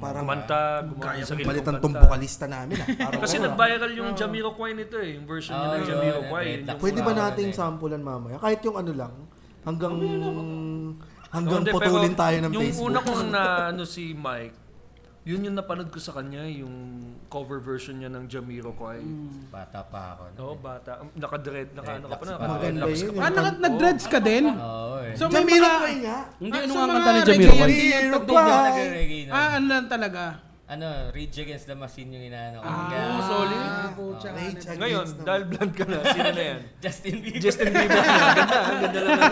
kumanta, gumawa ng sarili Palitan kong tong kanta. Eh, bokalista namin ah. Parang Kasi wala. nag-viral yung Jamiroquai nito eh, yung version niya Oo, ng yun, Jamiroquai. yun, Yung- Pwede ba Wala, nating wala eh. sampulan mamaya? Kahit yung ano lang, hanggang hanggang Hindi, pero putulin tayo ng Yung Facebook. una kong na ano si Mike, yun yung napanood ko sa kanya, yung cover version niya ng Jamiroquai. Bata pa ako. Oo, bata. Um, Naka-dread, naka-ano ka pa na. Maganda yun. Ah, naka- nag-dreads ka din? Oo eh. So may Jamiroquai mga... nga. Hindi, Ah, ano so nga ang mga kanta ni reggae Jamiroquai? yan. ano- Jamiroquai. Reggae, no? Ah, ano lang talaga. Ano, Rage Against the Machine yung inaano ko. Ah, Kaya- solid. Pucha. Rage against Ngayon, naman. dahil bland ka na, sino na yan? Justin Bieber. Justin Bieber. Ang ganda, ang ganda lang na.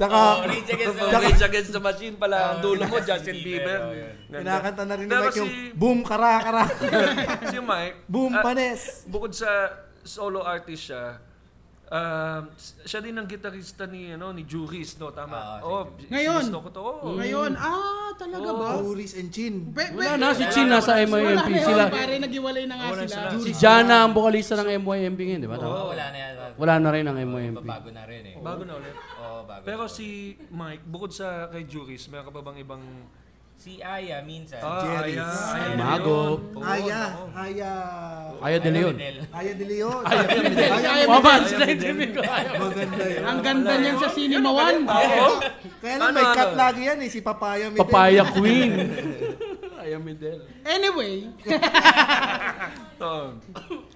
Tsaka, Ah! Oh, Rage Against the From Machine. Rage Against the Machine pala, ang dulo mo, Justin Bieber. Ah, oh, yun. Ganda. kinakanta na rin ni Pero Mike yung si- boom kara kara. si Mike, boom ah, panes. bukod sa solo artist siya, um, s- siya din ang gitarista ni ano ni Juris, no? Tama. Ah, si oh, Juris. si- Ngayon. sinusto ko to. Oo. Ngayon, ah, talaga ba? Auris and Chin. Pe- pe- Wala na, ah, si Chin Wala nasa na MYMP. yun, Sila, Pare, naghiwalay na nga Wala sila. sila. si Jana ang vocalista ng MYMP ngayon, di ba? Tama? Oo, wala na yan. Wala na rin ang MYMP. Bago na rin eh. Bago na ulit. Oo, bago. Pero si Mike, bukod sa kay Juris, meron ka pa bang ibang... Si Aya minsan. Ah! Juris. Aya, Aya de Mago. Leon. Oo, Aya, Aya. Aya de Leon. Aya de Leon. Mabansin na yung Jimmy ko. Maganda yun. Ang ganda niyan sa Cinema One. Kaya lang Ano, may cut lagi yan eh, si Papaya Medel. Papaya Queen. Aya Medel. Anyway, Oo.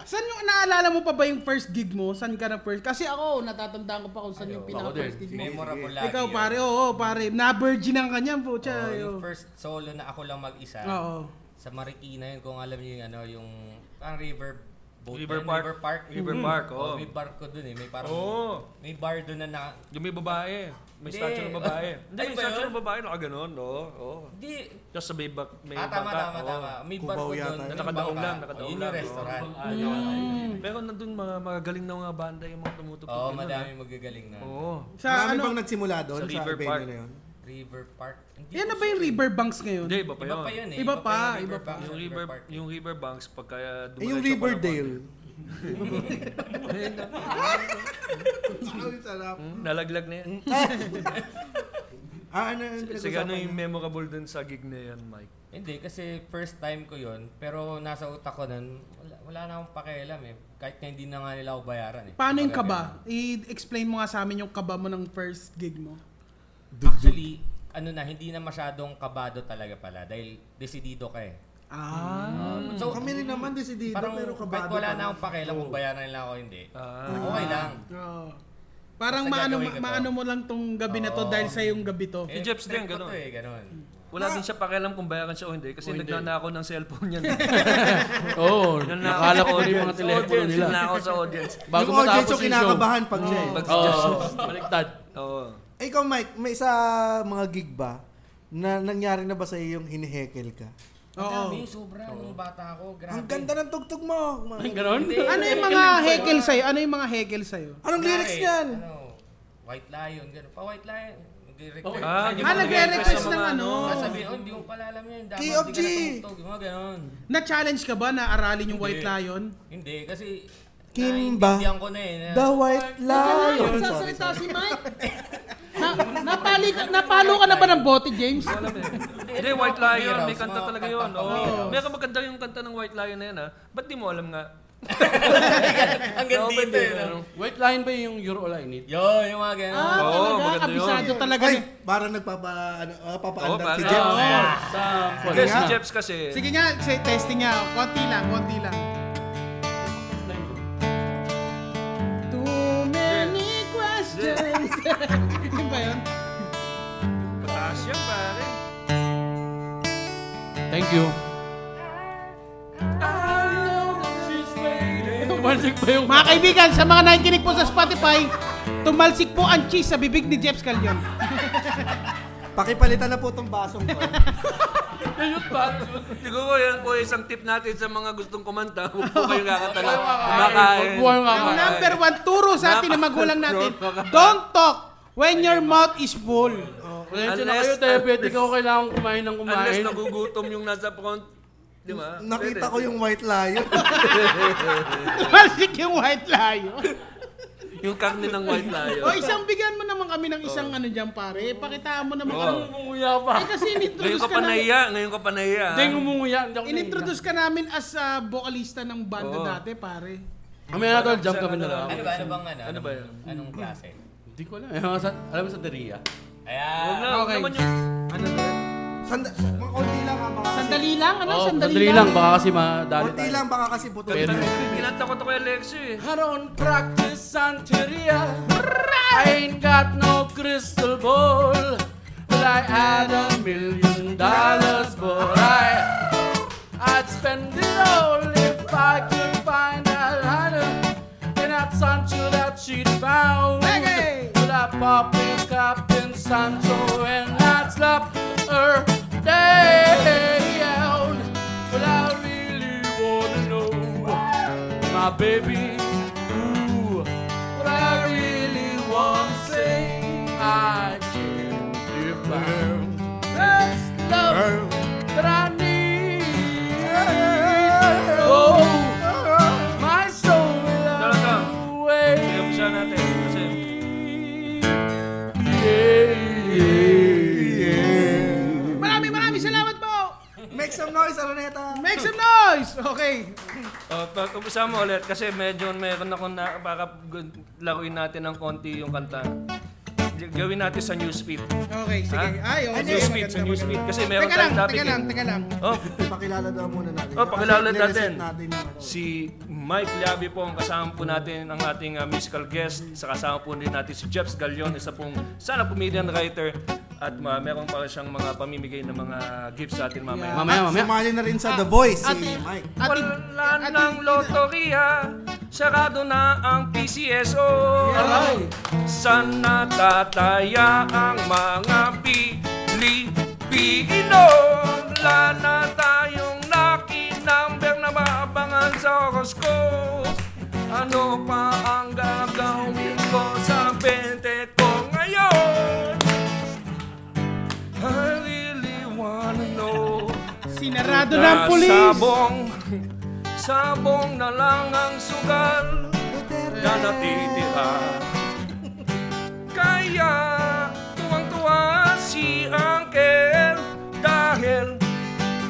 saan yung naalala mo pa ba yung first gig mo? Saan ka na first? Kasi ako, natatandaan ko pa kung saan yung pinaka-first gig mo. Memorable lagi. Ikaw yun. pare, oo pare. Na-virgin ang kanya, pucha. Oo, yung yun. first solo na ako lang mag-isa. Oo. Sa Marikina yun, kung alam niyo yung ano, yung parang river Boat River na yun, Park. River Park. Mm-hmm. River Park, oo. May bar ko dun eh. May parang, Oo. may bar dun na naka, Oh, Yung may babae. May Hindi. statue ng babae. Hindi, Ay, may ba statue yun? ng babae. Nakaganon, Oh. oo. oo. Hindi. Tapos sa may, bak, may Ah, tama, bangka, tama, oo. tama. May bar Kubaw ko yata doon. yun. may Nakadaong bangka. lang, nakadaong Oh, yun lang. yung restaurant. Pero nandun mga magagaling na mga banda yung mga tumutugtog. Mm. Oo, ganun, madami magagaling na. ah. Oo. Sa Marami ano, bang nagsimula doon Sa sa, River venue Park. na yun? River Park. Hindi yan na ko ba yung sure. riverbanks ngayon? Hindi, iba pa Iba yun. pa yun eh. Iba pa, iba yung River pa. Park, Yung River, Park. yung River Banks pagka Eh, yung dumalag siya pa ng Riverdale. Ay, sarap. konti. Hmm? Nalaglag na yan. Mm. Ah, ano yung Sige, ano pinag-usapan yung niyo? memorable dun sa gig na yan, Mike? Hindi, kasi first time ko yun. Pero nasa utak ko nun, wala, wala na akong pakialam eh. Kahit na hindi na nga nila ako bayaran eh. Paano yung kaba? Kumbaga I-explain mo nga sa amin yung kaba mo ng first gig mo. ganun. Actually, ano na, hindi na masyadong kabado talaga pala. Dahil desidido ka eh. Ah. Um, so, Kami rin naman, decidido, parang pero kabado kahit wala pa. na akong pakialam kung bayaran nila ako o hindi. Ah. Okay lang. Oo. Parang Basta maano, gagawin ko to. maano mo lang tong gabi na to Oo. dahil sa yung gabi to. Si Jeps din, trip ko to ganun. Eh, ganun. Wala din siya pakialam kung bayaran siya o hindi kasi nagnanakaw ng cellphone niya. Oo, oh, nakala ko yung mga telepono nila. Nagnanakaw sa audience. Bago yung audience matapos yung yung show. kinakabahan pag siya. eh. Pag si Oo, Jeps. baliktad. Oo. Eh, Ikaw, Mike, may sa mga gig ba na nangyari na ba sa iyo yung hinihekel ka? Ang Oo. dami, sobra. Nung bata ako, grabe. Ang ganda ng tugtog mo! Mga- Ay, ganon? Ano yung mga hekel sa'yo? Ano yung mga hekel sa'yo? Anong Kunyari, lyrics niyan? Ano, White Lion, ganun. Pa White Lion. Nagre-request. Okay. Ah, Ah, nagre-request ng ano. Sasabi, oh, hindi mo pala alam yan. Dapat Key Key of of G. G! Mga ganun. Na-challenge ka ba na aralin yung White Hindi. Lion? Hindi, kasi Kimba. naiintindihan ko na eh. na- The White Lion! Sorry, Sasalita si Mike. Na, napali ka, napalo ka na ba ng bote, James? Alam eh. Hindi, White Mga Lion. May Beatles, kanta mga talaga kanta yun. pang Oo. Beatles. Meron maganda yung kanta ng White Lion na yan ha. Ba't di mo alam nga? Ang ganda Open dito din, eh. no? ano? White line ba yung You're All I Need? Yo, yung mga ganun. Ah, Oo, talaga. maganda yun. Kabisado talaga. Ay, ni- parang nagpapa, ano, ah, Oo, papaandar parang. si Si Jeff. Sa Kasi Ah, si Jeps kasi. Sige nga, say, testing nga. Konti lang, konti lang. Too many questions. Yun ba yun? Pataas yan pare. Thank you. Tumalsik pa yung... Mga kaibigan, sa mga nakikinig po sa Spotify, tumalsik po ang cheese sa bibig ni Jeps Calyon. Pakipalitan na po tong basong ko. Siguro yan po isang tip natin sa mga gustong kumanta. Huwag po kayong kakatala. Huwag Kumakain. mo ang Ang kakain. number one turo sa atin ng magulang natin, don't talk when your mouth is full. Pasensya na kayo, Unless- diabetic ako. Kailangan kumain ng Unless kumain. nagugutom yung nasa front. Di ba? Nakita Pwede. ko yung white lion. Tumalsik yung white lion. Yung karne ng White Lion. O isang bigyan mo naman kami ng isang ano dyan pare. Pakitaan mo naman Oo. kami. Nguya pa. Eh kasi Ngayon inintroduce ka ka pa namin. nahiya. Ngayon ka pa nahiya. Hindi, ngumunguya. Hindi ako Inintroduce ka namin as ah, vocalista ng banda Oo. dati pare. nahiya. Mamaya na tol, jump kami na lang. Ano ba, ano bang ano? Ano ba yun? Anong klase? Hindi ko alam. Eh, mga sa- Alam mo sa Daria? Huwag na, Ayan. huwag Okay. naman yung... Ano ba? yun? Sanda, mga konti lang ha, baka kasi. Sandali lang ano? Oo, sandali, sandali lang. Baka kasi madali Ah, Konti tayo. lang, baka kasi buto. Pero- Kinanta ko to kay Alexio eh. I don't practice Santeria. I ain't got no crystal ball. But I had a million dollars, but I I'd spend it all if I could find a liner in that Sancho that she'd found. Reggae! Would I pop a cup in Sancho and I'd slap her down? But I really wanna know, my baby. Ooh, what I really wanna say, I can't define. That's love that I need. Oh, my soul Tara, tara. away. Kaya pa siya natin. Kasi... Maraming maraming salamat po. Make some noise, Araneta! Make some noise. Okay. Oh, pag umpisa mo ulit kasi medyo meron ako na baka gu- laruin natin ng konti yung kanta. G- Gawin natin sa newsfeed. Okay, sige. Ay, Sa okay. newsfeed, maganda, sa newsfeed. maganda. Kasi meron Teka lang, tayong topic. teka lang, eh. teka lang. Oh, Pakilala daw muna natin. Oh, pakilala Kasi natin. nireset natin yung ano. Si Mike Labi po ang kasama po natin ang ah, ating uh, musical guest. Sa kasama po din natin si Jeps Galion, isa pong sana comedian writer. At ma- meron pa siyang mga pamimigay ng mga gifts sa atin mamaya. Mamaya, mamaya. Sumali na rin sa The Voice si Ate- Mike. Ate, Wala ng loteriya, sarado na ang PCSO. Sana tataya ang mga Pilipino. Wala na tayong nakinamber na maabangan sa horoscope. Ano pa ang gagawin ko sa 20 ko ngayon? I really wanna know sinarado na ang pulis. Sabong, sabong na lang ang sugal na natitira. Kaya tuwang-tuwa si Uncle dahil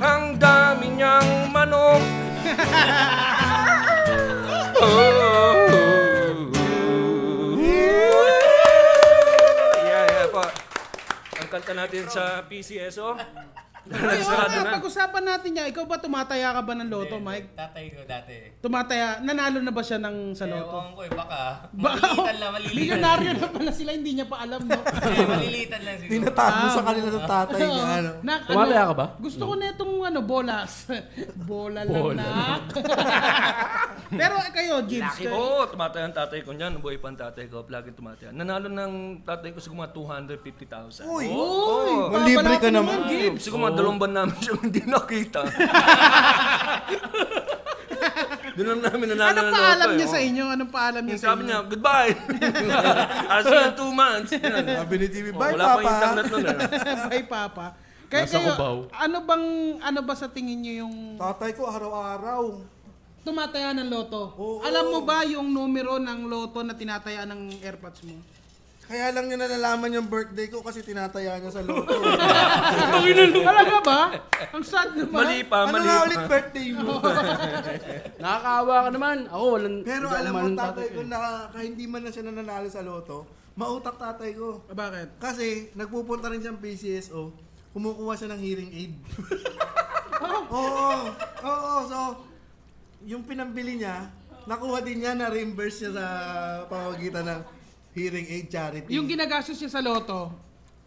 ang dami niyang manok. Oh. Yeah, yeah po. Ang kanta natin sa Ay, oo PCSO. Nagsarado nga, na. pag-usapan natin niya. Ikaw ba tumataya ka ba ng loto, Mike? Tatay ko dati. Tumataya, nanalo na ba siya ng sa loto? Ewan ko eh, baka. Baka, malilitan lang, malilitan. milyonaryo na pala sila, hindi niya pa alam, no? Eh, malilitan lang siguro. Tinatago sa kanila ng tatay Oo. na ano. Nak, Tumalaya ka ba? Gusto ko na itong ano, bolas. Bola lang, Bola. nak. Pero eh, kayo, Jibs. Laki kayo- Oo, tumatay ang tatay ko niyan. Buhay pa ang tatay ko. Laging tumatay. Nanalo ng tatay ko siguro mga 250,000. Uy! Uy, Oo. babalak Oh, Libre ka naman, Jibs. Siguro mga dalawang buwan namin siyang hindi nakita. Doon lang namin nanalo Anong ng loto, paalam eh. niya sa Oo. inyo? Anong paalam niya sa Sabi inyo? niya, goodbye! As in two months. Yan. Sabi ni Jimmy, Oh, bye wala pa yung internet papa. nun. eh. Bye, Papa. Kaya Nasa oh? kayo, Cubao. ano bang, ano ba sa tingin niyo yung Tatay ko araw-araw. tumataya ng loto? Oo. Alam mo ba yung numero ng loto na tinataya ng airpods mo? Kaya lang niya nalalaman yung birthday ko kasi tinataya niya sa loob. eh. Talaga ba? Ang sad naman. Mali pa, ano Ah, mali na pa. ulit birthday mo? Nakakaawa ka naman. Ako, walang... Pero hindi ako alam mo, mahal ng tatay ko, eh. na, kahit hindi man na siya nananalo sa loto, mautak tatay ko. Bakit? Kasi, nagpupunta rin siyang PCSO, kumukuha siya ng hearing aid. Oh, oo, oo, so, yung pinambili niya, nakuha din niya, na-reimburse niya sa pamamagitan ng hearing aid charity. yung ginagastos niya sa loto,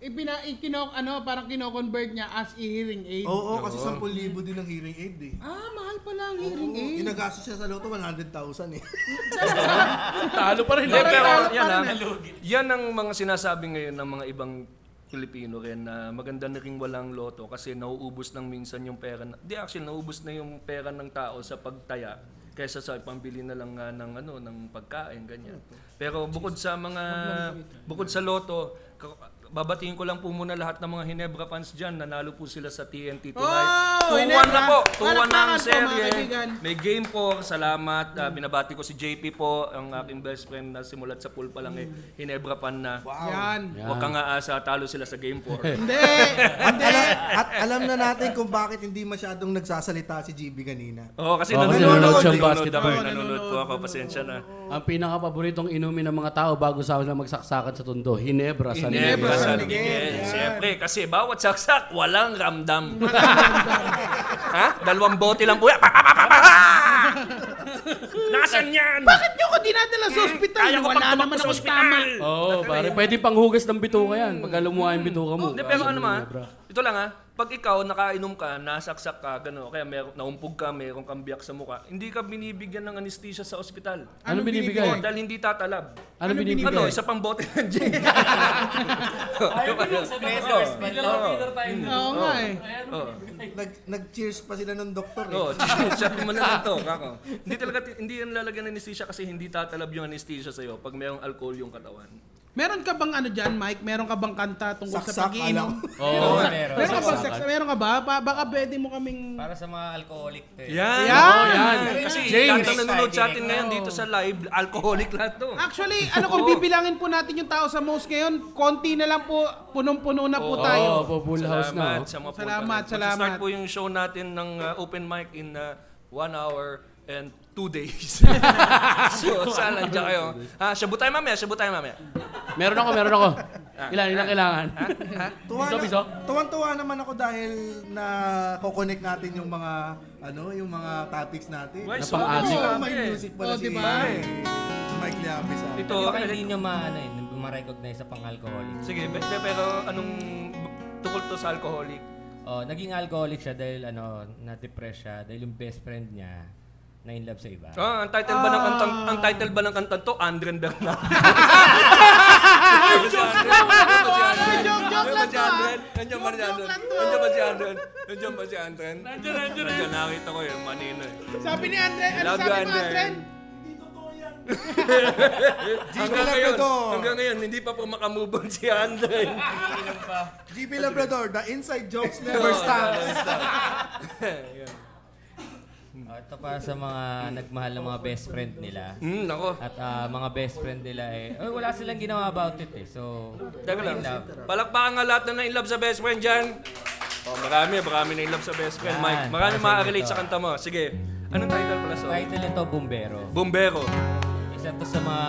ipina, ikinok, ano, parang kinoconvert niya as a hearing aid. Oo, kasi 10,000 din ang hearing aid eh. Ah, mahal pala ang hearing Oo, aid. ginagastos siya sa loto, 100,000 eh. Talo pa rin. Hindi, eh. Parang talo pero pa yan, rin ah, yan ang mga sinasabi ngayon ng mga ibang Pilipino rin na maganda na rin walang loto kasi nauubos lang minsan yung pera. Na, di actually, nauubos na yung pera ng tao sa pagtaya kaysa sa pambili na lang nga ng ano ng pagkain ganyan. Pero bukod sa mga bukod sa loto, ka- babatiin ko lang po muna lahat ng mga Hinebra fans diyan. Nanalo po sila sa TNT tonight. Oh, 2-1 Hinebra. na po. 2-1 na Palakpakan ang po, mga serye. kaibigan. May game po, salamat. Ah, binabati ko si JP po, ang aking best friend na simulat sa pool pa lang eh. Hinebra fan na. Yan. Huwag kang aasa, talo sila sa game 4. Hindi. at, alam, at alam na natin kung bakit hindi masyadong nagsasalita si GB kanina. Oo, kasi Oo, kasi nanonood nanonood ako. eh. siyang Nanonood basketball. ako, Nanonood po ako, pasensya na. Ang pinaka-paboritong inumin ng mga tao bago sa na magsaksakan sa tondo, Hinebra San Miguel. Hinebra San Miguel. Siyempre, kasi bawat saksak, walang ramdam. ha? Dalawang bote lang po. yan. Pa, pa, pa, pa, pa, pa! Nasaan yan? Bakit niyo ko dinadala sa ospital? Kaya ko pang Wala tumakbo naman sa akong ospital. tama. Oo, pare. Pwede panghugas ng bituka yan. Pagka lumuha yung bituka mo. Hindi, pero Kaso ano ma, Hinebra. ito lang ha, pag ikaw nakainom ka, nasaksak ka, gano'n, kaya mer- naumpog ka, meron kang biyak sa mukha, hindi ka binibigyan ng anesthesia sa ospital. Ano binibigay? Dahil hindi tatalab. Ano binibigay? Ano, isa pang bote ng gin. Ayaw ko nung sa Blazers. Biglang mag-dinner tayo nun. Oo nga eh. Nag, nag-cheers pa sila ng doktor eh. Oo, chat mo na lang to, kako. Hindi talaga, hindi yan lalagyan ng anesthesia kasi hindi tatalab yung anesthesia sa'yo pag merong alcohol yung katawan. Meron ka bang ano dyan, Mike? Meron ka bang kanta tungkol sa Saksak, alam. pag-iinom? Oo, meron. Meron ka ba sex? Meron ka ba? Pa- baka pwede mo kaming... Para sa mga alcoholic to eh. Yan! Yan! Kasi James! lahat ng nanonood sa atin ngayon dito sa live, alcoholic lahat to. Actually, ano kung bibilangin po natin yung tao sa most ngayon, konti na lang po, punong-puno na po tayo. Oo, po full house na. Salamat oh. sa mga punta. Salamat, Magsistart salamat. po yung show natin ng uh, open mic in uh, one hour and two days. so, sana nandiyan kayo. Ha, shabu tayo mamaya, shabu tayo mamaya. Meron ako, meron ako. Ah. Ilan, ilan kailangan? Tuwa Biso, na- biso? Tuwan-tuwa naman ako dahil na coconnect natin yung mga ano, yung mga topics natin. Why so Napang-adik. Oo, grabe? may music pala Oh, si diba? Mike Liapi sa akin. Ito, Di ba hindi nyo ma, ano eh, ma-recognize sa pang-alcoholic? sige, be- be- pero anong Tungkol to sa alcoholic. Oh, naging alcoholic siya dahil ano, na-depress siya dahil yung best friend niya na in love sa iba. Ah, ang title ba ng kantang, ang title ba ng kantang to? Andren Bernal. Joke, joke lang to, ah. Nandiyan ba si Andren? Nandiyan ba si Andren? Nandiyan ba si Andren? Nandiyan, nandiyan. Nandiyan nakita ko yung manino. eh. Sabi ni Andre, ano Love you, sabi mo Andre. Andre? GB Hanggang ngayon, Labrador. hanggang ngayon, hindi pa po makamove on si Andren. GB Labrador, the inside jokes never stops. Oh, ito para sa mga nagmahal ng mga best friend nila. Hmm, nako. At ah, mga best friend nila eh, oh, wala silang ginawa about it eh. So, Teka lang. in love. Palakpakan nga lahat na na-inlove sa best friend dyan. Oh, marami, marami na-inlove sa best friend, Yan, Mike. Marami para sa makaka-relate inyo to. sa kanta mo. Sige. Anong title pala so? Title nito, Bombero. Bombero. Isa to sa mga,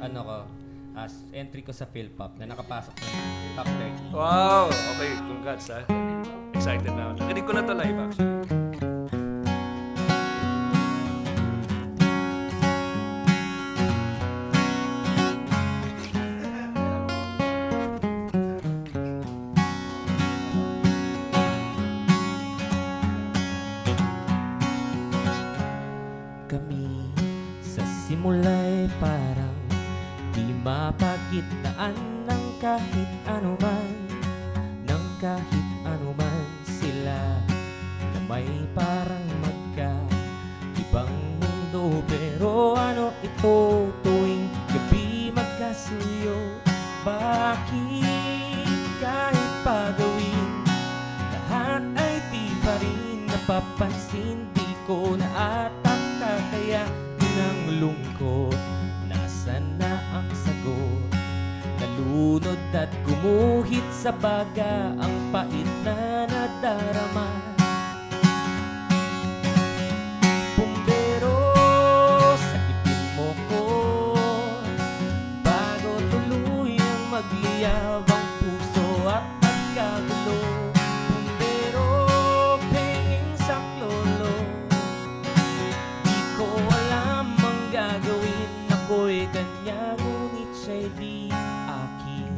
ano ko, as entry ko sa Philpop na nakapasok sa top 30. Wow! Okay, congrats ha. Excited na ako. Nakinig ko na to live actually. kami sa simula'y parang di mapagitnaan ng kahit anuman ng kahit anuman sila na may parang magka ibang mundo pero ano ito tuwing gabi magkasuyo bakit kahit pagawin lahat ay di pa rin napapansin Di ko na atang kakaya din ang lungkot Nasaan na ang sagot? Nalunod at gumuhit sa baga Ang pait na nadarama Pumbero sa ipin mo ko Bago tuluyang magliyab ang puso at nagkagulo Pero penging sa klolo Di ko alam ang gagawin Ako'y kanya ngunit siya'y di akin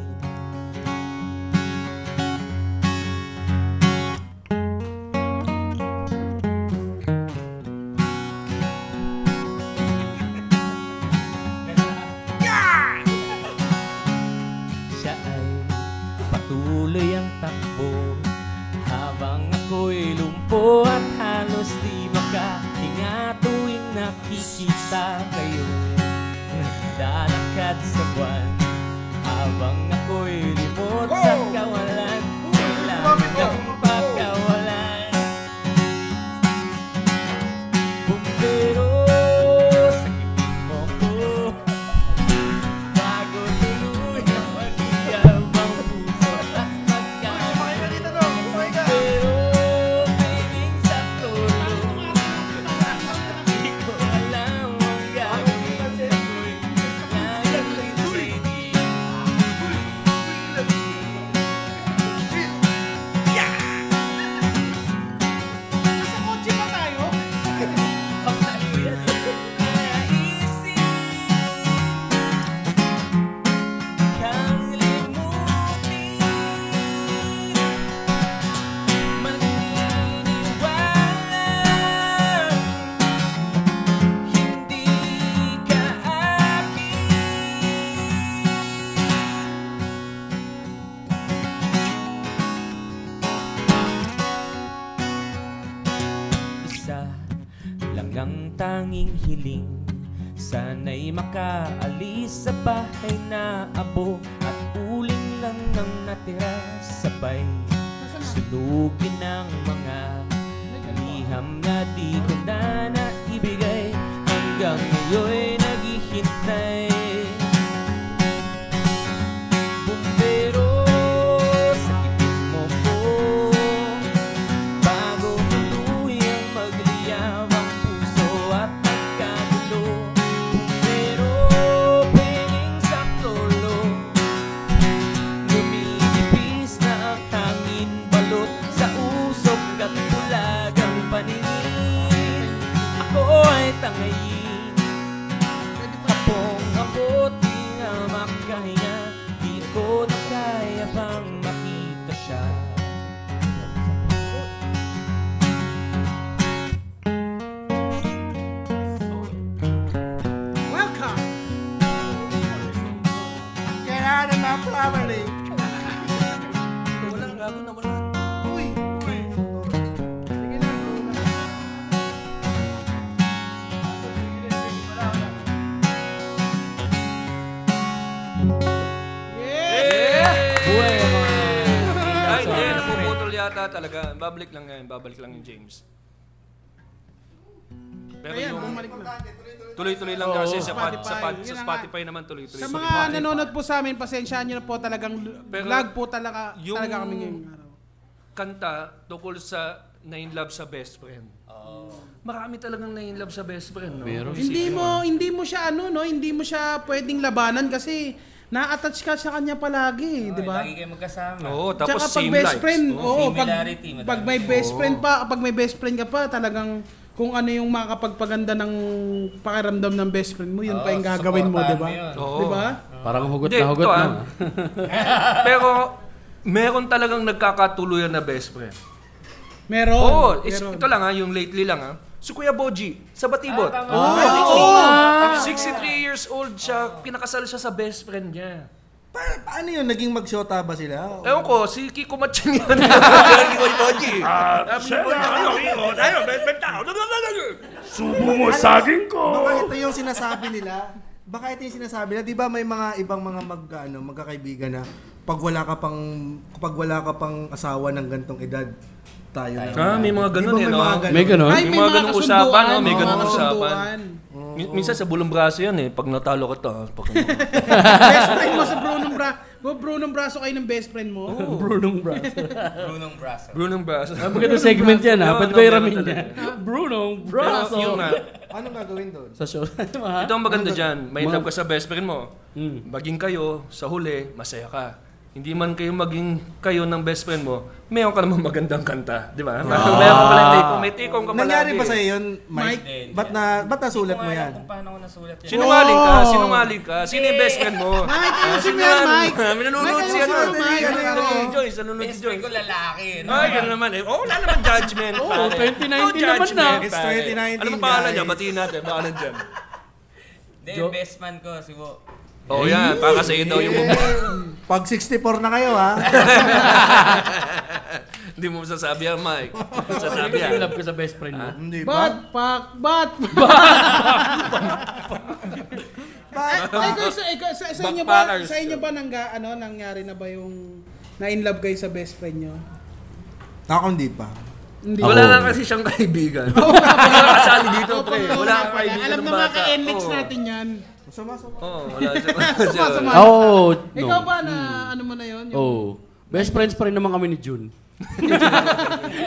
Siya ay patuloy ang takbo Habang ako'y lumpo at halos di makahinga Tuwing nakikita kayo Naglalakad sa buwan Habang ako'y limot sa kawalan Kailangan kang pagkawalan Bumbero sa ibig mo ko Bago tuluyang mag-iyaw ang puso at magkakaroon Pero piling sa tulong Di ko alam ang gagawin ako'y Ngayon rin ready Nasa kotse pa tayo? Pagkakaroon Naisip Kang limutin Maniniwala Hindi ka akin Isa lang ang tanging hiling Sana'y makaalis sa bahay na abo At uling lang ang natira sabay Sunugin ng mga liham na di ko na naibigay Hanggang ngayon naghihintay Bumbero sa ibig mo ko Bago tuluyang magliyab ang puso at magkagulo Bumbero, piling sa tolo Lumilipis na ang tangin balot Sa usok at bulagang paningin Ako ay tangayin Apong mabuti na makahinga Di ko na kaya pang makita siya yata talaga. Babalik lang ngayon. Babalik lang yung James. Pero Ayan, yung bumalik na. tuloy-tuloy lang kasi sa, pa- sa, Spotify. Yun pa- sa na nga. Spotify naman tuloy-tuloy. Sa mga nanonood po sa amin, pasensyahan nyo na po talagang Pero vlog po talaga, yung- talaga kami ngayong araw. kanta tungkol sa na in love sa best friend. Marami talagang na in love sa best friend, no? Meron. Oh. Hindi mo hindi mo siya ano no, hindi mo siya pwedeng labanan kasi na-attach ka sa kanya palagi, eh, 'di ba? Lagi kayo magkasama. Oo, Tsaka tapos pag same best likes. friend, Oo. oo, pag, Similarity, madami. pag may best friend pa, pag may best friend ka pa, talagang kung ano yung makakapagpaganda ng pakiramdam ng best friend mo, yun Oo, pa yung gagawin mo, supportahan 'di ba? mo yun. Oo. 'Di ba? Parang hugot Hindi, na hugot ito, na. ah. Pero meron talagang nagkakatuluyan na best friend. Meron. Oo, is- Oh, meron. ito lang ha, yung lately lang ha. Si Kuya Boji, sa Batibot. Oo, Ah, 63 years Ah. old siya, pinakasal siya sa best friend niya. Pa- paano yun? Naging magsyota ba sila? Ewan ko, si Kiko Ah. Machin yan. Hindi ko Boji. Baka ito yung sinasabi nila. Baka ito yung sinasabi nila. Di ba may mga ibang mga mag, ano, magkakaibigan na pag wala ka pang pag wala ka pang asawa ng gantong edad tayo na. Ah, may mga ganun Di ba may eh, no? mga ganun? May ganun? Ay, Yung may mga mga ganung kasunduan, usapan, no? May mga ganung kasunduan. Min- minsan sa bulong braso yan eh, pag natalo ka to. ah, Pag best friend mo sa Bruno Bra. Go Bruno Braso kayo ng best friend mo. Brunong Brass. Brunong Braso. Brunong braso. Maganda segment yan ah. ha. No, Pwede ba no, meron iramin talaga. niya? Brunong Pero Brass. yun nga, Anong gagawin doon? Sa show. Ano, ito ang maganda dyan. May love ka sa best friend mo. Hmm. Mm. Maging kayo, sa huli, masaya ka. Hindi man kayo maging kayo ng best friend mo, mayroon ka naman magandang kanta. Di ba? Ah. Mayroon ka palang tikong, may tikong ka eh. palagi. Nangyari ba sa'yo yun, Mike? Mike? Ba't, na, ba't nasulat mo Kung alam yan? kung paano ko nasulat yan. Sinungaling ka, sinungaling ka. Sino yung best friend mo? Ah, Mike, ayusin mo yan, Mike. Minununod Mike, si ayusin ano. mo, Mike. Nanunod si Oo. Joyce, nanunod si Best friend Joyce. ko Oh, lalaki. No? Ay, ganun naman eh. Oh, wala naman judgment. Oo, pare. 2019 No naman judgment, na. It's pare. 2019, Ano pa pangalan guys. niya? Batiin natin. Baka dyan. Hindi, best man ko, si Wo. Oh, yan. Para sa iyo daw yung mukha. Pag 64 na kayo ha. Hindi mo masasabi yan, Mike. Masasabi yan. Yung love ko sa best friend mo. ah. Hindi Bat, ba? pak, bat, bat. Ay, kayo, sa, ikaw- sa, sa inyo ba, Backpackers. sa inyo ba nang, ano, nangyari na ba yung na in love kayo sa best friend nyo? Ako hindi pa. Hindi. Wala lang kasi siyang kaibigan. Wala kasali dito, pre. Wala kang kaibigan Alam ng na bata. mga ka-NLEX Oo. natin yan. Masama-sama. Oo, wala siya. Sumasama. Oh, Ikaw no. ba na Hmm. ano mo na yun? Yung- Oh. Best friends pa rin naman kami ni June.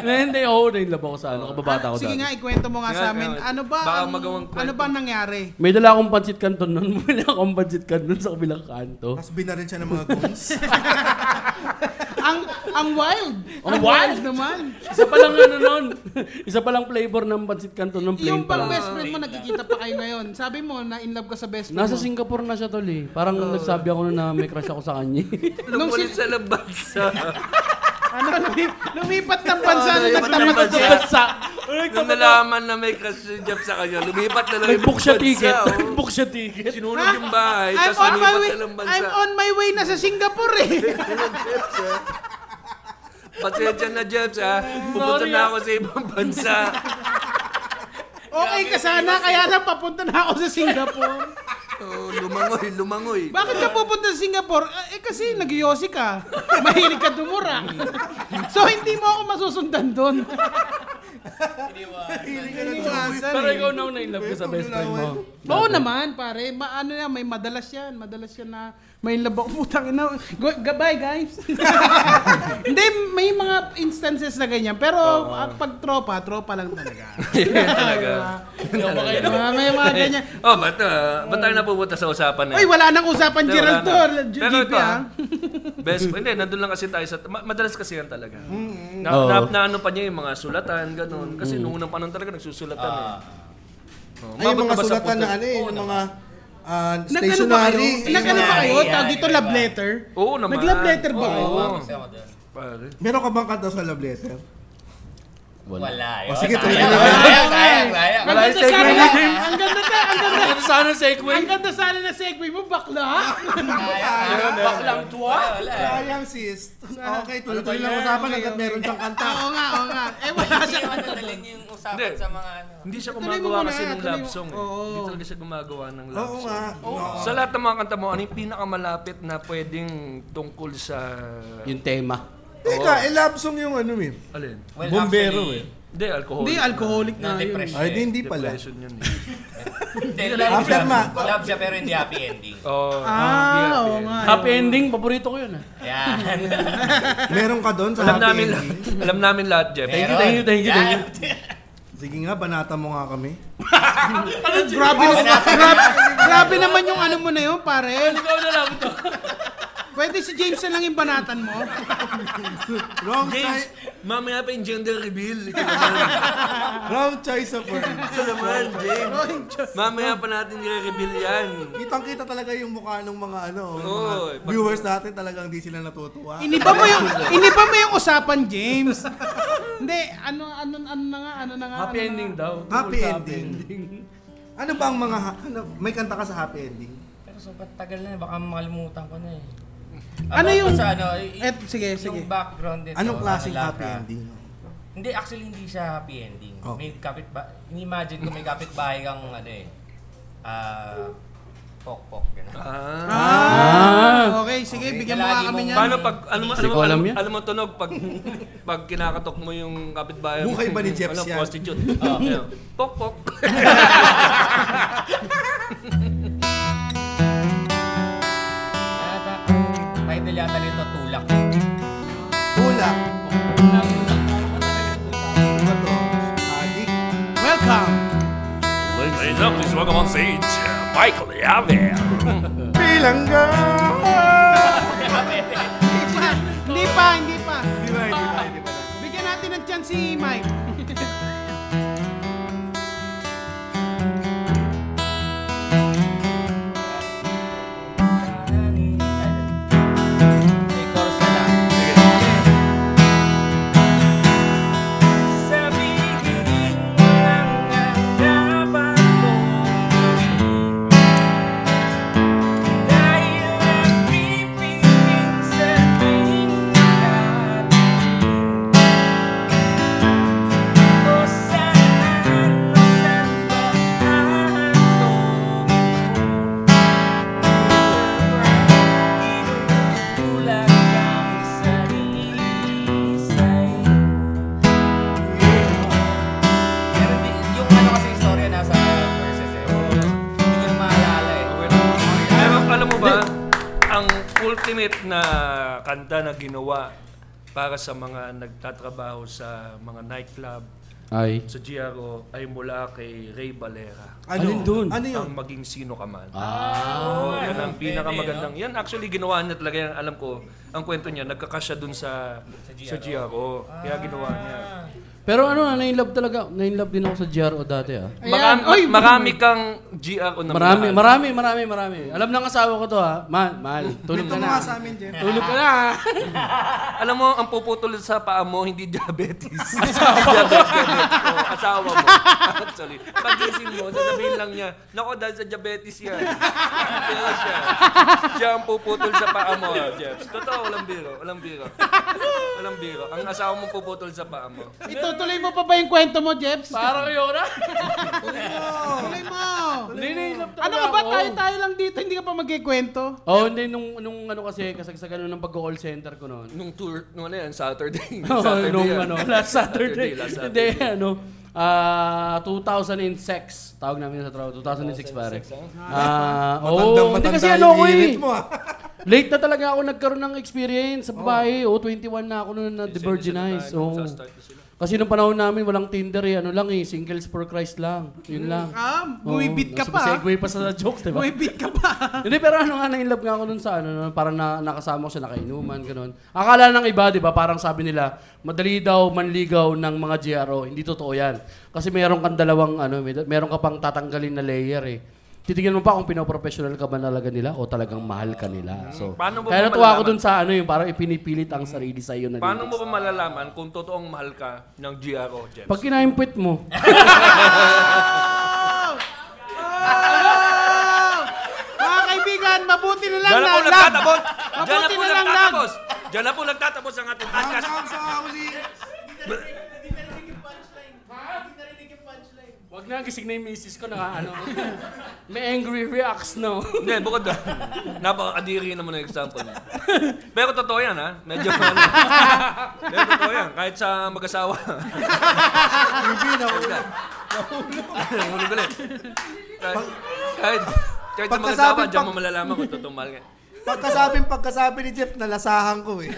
Na Hindi, oo, nainlove ako sa ano, kababata ko Ah, Sige dati. nga, ikwento mo nga Nga, sa amin. nga. Ano ba Baka ang, magawang kwento. ano ba nangyari? May dala akong pancit canton noon. May dala akong pancit canton sa kabilang kanto. Tapos binarin siya ng mga goons. ang ang wild. Ang Ang wild naman. Isa pa lang ano noon. Isa pa lang flavor ng pancit canton ng plain Yung pa pang lang. best friend mo, nagkikita pa kayo ngayon. Sabi mo, na in love ka sa best friend Nasa mo. Singapore na siya tol eh. Parang nagsabi ako na may crush ako sa kanya. Nung Lumulit si- sa labas. Ano, lumi- lumipat ng bansa nung Ano, lumipat ng nagtangad bansa. sa Bansa! Nung nalaman na may kasi job sa kanya, lumipat na lang May book siya bansa, ticket. oh. May book siya ticket. Sinunog yung bahay, I'm tapos on my lumipat way. na lang I'm bansa. on my way na sa Singapore eh. Pasensya na, Jeps, ha? Pupunta Sorry, na ah. ako sa ibang bansa. Okay ka sana, kaya lang papunta na ako sa Singapore. Oh, lumangoy, lumangoy. Bakit ka pupunta sa Singapore? Ah, Eh kasi nagyosi ka. Mahilig ka dumura. so hindi mo ako masusundan doon. Iniwasan. eh. Pero ikaw na una in love ko sa best friend mo. Oo naman, pare. Ma ano yan, may madalas yan. Madalas yan na may labo. Putang ina. Go, goodbye, guys. Hindi, may mga instances na ganyan. Pero ah, pag tropa, tropa lang talaga. Yan talaga. Ah, may mga ganyan. Oh, ba't, ah, ba't tayo napupunta sa usapan na Ay, wala nang usapan, Hindi, Gerald, wala to. na. G- Pero GP, ito, ah. ah, best friend. Hindi, nandun lang kasi tayo sa... ma- Madalas kasi yan talaga. Na, Oo. na, na ano pa niya yung mga sulatan, ganun. Kasi nung unang panahon talaga nagsusulatan Ah. eh. Oh, Ay, yung umabot mga ka ba sa sulatan punto- na ano eh, yung mga ah, Nag-ano ba kayo? stationary. Nag-ano ba kayo? Stationary, Tawag yeah, dito iba. love letter? Oo naman. Nag-love letter ba kayo? Oo. Oh. Kasi ako doon. Pare. Meron ka bang kanta sa love letter? Wala. O, Oh, sige, tuloy Sayang, na. sayang, sayang, Ang sayang. ganda Wala sana yung na, segue. ang ganda na, ang ganda, Ano sana ang segue? ganda sana na segue mo, bakla. Sayang. Baklang tuwa. Wala. Sayang sis. Ano Okay, tuloy-tuloy lang usapan hanggat meron siyang kanta. oo nga, oo nga. Eh, wala siya. Hindi naman dadalhin yung usapan Hindi. sa mga ano. Hindi siya Tuloy mo gumagawa muna, kasi ng tuloy love mo. song. Eh. Oo. Hindi talaga siya gumagawa ng love Oo song. nga. Sa lahat ng mga kanta mo, ano yung pinakamalapit na pwedeng tungkol sa Yung tema. Teka, eh, love song yung ano eh. Alin? Well, Bombero actually, eh. Hindi, alcohol. Hindi, alcoholic na yun. Na-depression. Ay, di, hindi pala. Depression yun eh. Hindi, After love siya. ma- Love siya pero hindi happy ending. Oh, Ah, hindi, oo hindi. nga. Happy ending, paborito ko yun. ah. Yan. Meron ka doon sa Alam happy namin, ending? alam namin lahat, Jeff. you, thank you, thank you, thank you. Sige nga, banata mo nga kami. Grabe, naman, grabe, grabe naman yung ano mo na yun, pare. Pwede si James na lang yung banatan mo. Wrong, James, choi- mamaya pa yung gender reveal. Ikaw ah, wrong choice of words. naman, James. Mamaya pa natin i-reveal yan. Kitang-kita talaga yung mukha ng mga ano, Oo, mga eh, pag- viewers natin talagang di sila natutuwa. Iniba mo yung iniba mo yung usapan, James. Hindi, ano ano ano na nga, ano na nga. ano Happy na ending nga. daw. Happy Tungkol sa ending. Ano ba ang mga, ha- ano, may kanta ka sa happy ending? Pero sobrang tagal na, eh. baka makalimutan ko na eh. Ano About yung- Sa ano, y- Et, sige, sige. Yung background nito. Anong klaseng ano, happy Lara. ending? Hindi, actually hindi siya happy ending. Oh. May kapit ba... Imagine ko may kapitbahay kang ano eh. Ah... pok-pok, gano'n. Ah. Ah, okay, sige, Okay, bigyan mo lagi nga kami mong- niyan. Paano pag, ano, ano, Hindi ko alam alam, yan. alam mo tunog, pag, pag kinakatok mo yung kapitbahay mo. Buhay ba ni Jeps ano, yan? prostitute. Ah, ayun. pok, pok. Yata, title yata nito tulak. Tula. Tulak. Ano to? Adik. Welcome. I love this one on stage. Michael Yave. Bilangga! Hindi pa, hindi pa, hindi pa. Di ba, di ba, di ba? Bigyan natin ng chance si Mike. May chorus na lang. Sabihin lang ang dapat kong gawin. Dahil nagpipigil sa tuwing nakatingin. Kung saan, saan ba hahatong ko? Tulad kang salisay Pero di, yung ano kasi istorya nasa verses eh Hindi ko na maalala eh Pero alam mo ba, ang ultimate na kanta na ginawa para sa mga nagtatrabaho sa mga nightclub, Ay. sa GRO, ay mula kay Ray Valera. Ano? Alin dun? Ano yun? Ang maging sino ka man. Oo, yan ang pinakamagandang. Yan actually ginawa niya talaga yan. Alam ko, ang kwento niya, nagkakasya dun sa, sa GRO. Kaya ginawa niya. Pero ano, na-inlove talaga. Na-inlove din ako sa GRO dati ah. Ayan. Marami, Oy, marami kang GRO na Marami, minahal. marami, marami, marami. Alam ng asawa ko to ha. Mahal, mahal. Tulog Ito ka mga na. sa amin, Jeff. Tulog ka na. Alam mo, ang puputol sa paa mo, hindi diabetes. asawa. diabetes. Oh, asawa mo. Actually. Pagising mo, sasabihin lang niya, Nako, dahil sa diabetes yan. Pero siya. Siya ang puputol sa paa mo, Jeff. Totoo, walang biro. Walang biro. Walang biro. Ang asawa mo puputol sa paa mo. Itutuloy mo pa ba yung kwento mo, Jeps? Parang ayoko na. Tuloy mo. Na-inlove talaga Ano ka ba? ako. Tayo-tayo lang dito. Hindi ka pa magkikwento. Oh, hindi nung nung ano kasi kasagsagan nun ng pag-call center ko noon. Nung tour, nung ano yan, Saturday. Oo, Saturday nung yan. ano, last Saturday. last Hindi, Saturday. ano, ah 2006. Tawag namin sa trabaho, 2006 pare. Ah, Matandang oh, hindi matanda kasi yung ano ko eh. init mo, ah. Late na talaga ako nagkaroon ng experience sa babae. Oh, 21 na ako noon na de-virginize. Oh. Sasstart na sila. Kasi nung panahon namin, walang Tinder eh. Ano lang eh, singles for Christ lang. Yun lang. Ah, buwibit ka nasa- pa. Segue pa sa jokes, di ba? Buwibit ka pa. Hindi, pero ano nga, na-inlove nga ako dun sa ano, no, parang na, nakasama ko siya, nakainuman, ganun. Akala ng iba, di ba, parang sabi nila, madali daw manligaw ng mga GRO. Hindi totoo yan. Kasi meron kang dalawang, ano, may- meron ka pang tatanggalin na layer eh. Titignan mo pa kung pinoprofessional ka ba talaga nila o talagang mahal ka nila. So, Hmm. Paano mo kaya ba natuwa ako malalaman? dun sa ano yung parang ipinipilit ang sarili sa iyo na Paano mo ganun. ba malalaman kung totoong mahal ka ng GRO, Jeff? Pag kinaimpit mo, Oh! Mga kaibigan, mabuti na lang Diyan na po lag. nagtatapos! Diyan na Mabuti na po lang lag. nagtatapos! Diyan na po nagtatapos ang ating Ang podcast. sarap sa uli. wag na nagising na yung misis ko na ano. May angry reacts, no? Hindi, bukod doon. Napaka-adiri naman ng example. niya. Pero totoo yan, ha? Medyo ano. Pero totoo yan. Kahit sa mag-asawa. Hindi na Nahulog ulit. Kahit, kahit, kahit sa mag-asawa, Pagkasabi diyan pag- mo malalaman kung totoong mahal ka. Pagkasabing pagkasabi ni Jeff, nalasahan ko eh.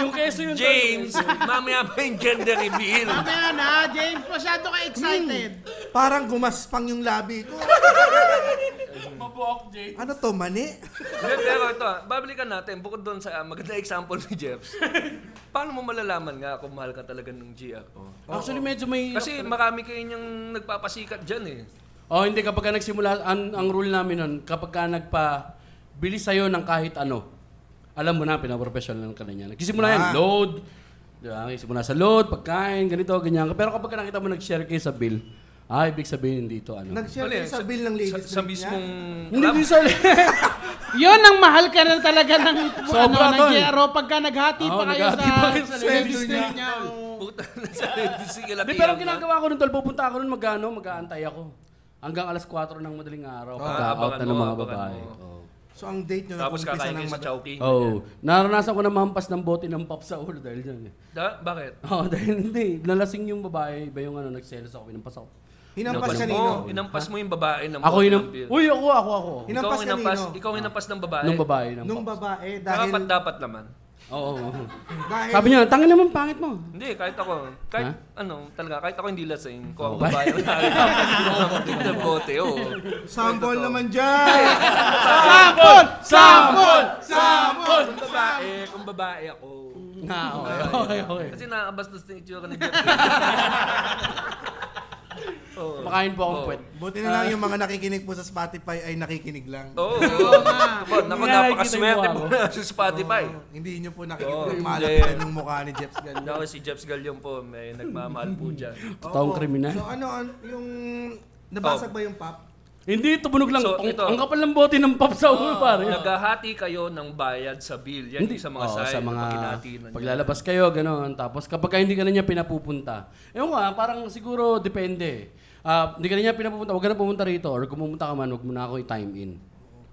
yung keso yun. James, mamaya pa yung gender reveal. Mamaya na, James, masyado ka excited. Hmm. Parang gumaspang yung labi ko. Mabuhok, James. Ano to, mani? Hindi, pero ito, ah, babalikan natin, bukod doon sa ah, maganda example ni Jeffs, paano mo malalaman nga kung mahal ka talaga ng GR? Actually, medyo may... Kasi marami kayo yung nagpapasikat dyan eh. Oh, hindi kapag ka nagsimula ang, ang rule namin noon, kapag ka nagpa bilis sa'yo ng kahit ano. Alam mo na pinaprofessional ka na niya. Nagsisimula yan, load. Di ba? Nagsimula sa load, pagkain, ganito, ganyan. Pero kapag ka nakita mo nag-share kayo sa bill, ah, ibig sabihin dito ano. Nag-share Ano kayo yan, sa bill ng ladies Sa, sa night mismong hindi club? din sa Yon ang mahal ka na talaga ng ano, Sobra, ng tol. GRO pagka naghati Oo, pa kayo naghati pa kayo sa sa ladies ladies' night niya. Puta na sa ladies sige Di, pero ang ginagawa ko nun, tol, pupunta ako nun, magano, mag-aantay ako. Hanggang alas 4 ng madaling araw, pagka-out na ng mga babae. niya. So ang date nyo na Tapos umpisa kakain ng kayo sa mata. Chowking. Oh, naranasan ko na mampas ng bote ng pop sa ulo dahil dyan. eh. Da, bakit? Oo, dahil hindi. Nalasing yung babae, iba yung ano, nagselos ako, pinampas ako. Hinampas Inampas kanino? mo, inampas mo yung babae ng Ako yun ang... ng- Uy, ako, ako, ako. Ikaw Hinampas ang inampas, kanino? ikaw ang inampas ng babae. Nung babae ng Nung pop. babae, dahil... Dapat dapat naman. Oo, oo. dahil Sabi niya, tangin naman pangit mo. Hindi, kahit ako, kahit ano, talaga, kahit ako hindi lasing, kung ako Okay. babae, nakakapagod ng bote, oo. Sambol naman dyan! Sampol! Sampol! Sample! Kung babae, kung babae ako. Nga, okay, okay, okay. Kasi nakakabastos na itsura ni Jeff. Oo. Makain po akong Oo. puwet. Buti na lang yung mga nakikinig po sa Spotify ay nakikinig lang. Oo. Ako, naku, Hindi na napakaswerte nakikita po yung na sa Spotify. Oh, Hindi nyo po Oo, nakikita yung Oh, hindi. malapit yung mukha ni Jeff Ganda. Ako si Jeps Galion po, may nagmamahal Hmm. po dyan. Totoong kriminal. So ano, an- yung... Nabasag ba yung pop? Hindi, tumunog lang. So, ang, ito. ang kapal ng bote ng pop sa ulo, pare. Naghahati kayo ng bayad sa bill. Yan Hindi yung sa mga Oo, side. sa mga pakinati na niya. paglalabas kayo, gano'n. Tapos kapag ka hindi ka na niya pinapupunta, ewan ko ah, parang siguro depende. Ah, hindi ka na niya pinapupunta, huwag ka na pumunta rito or kung pumunta ka man, huwag mo na ako i-time in.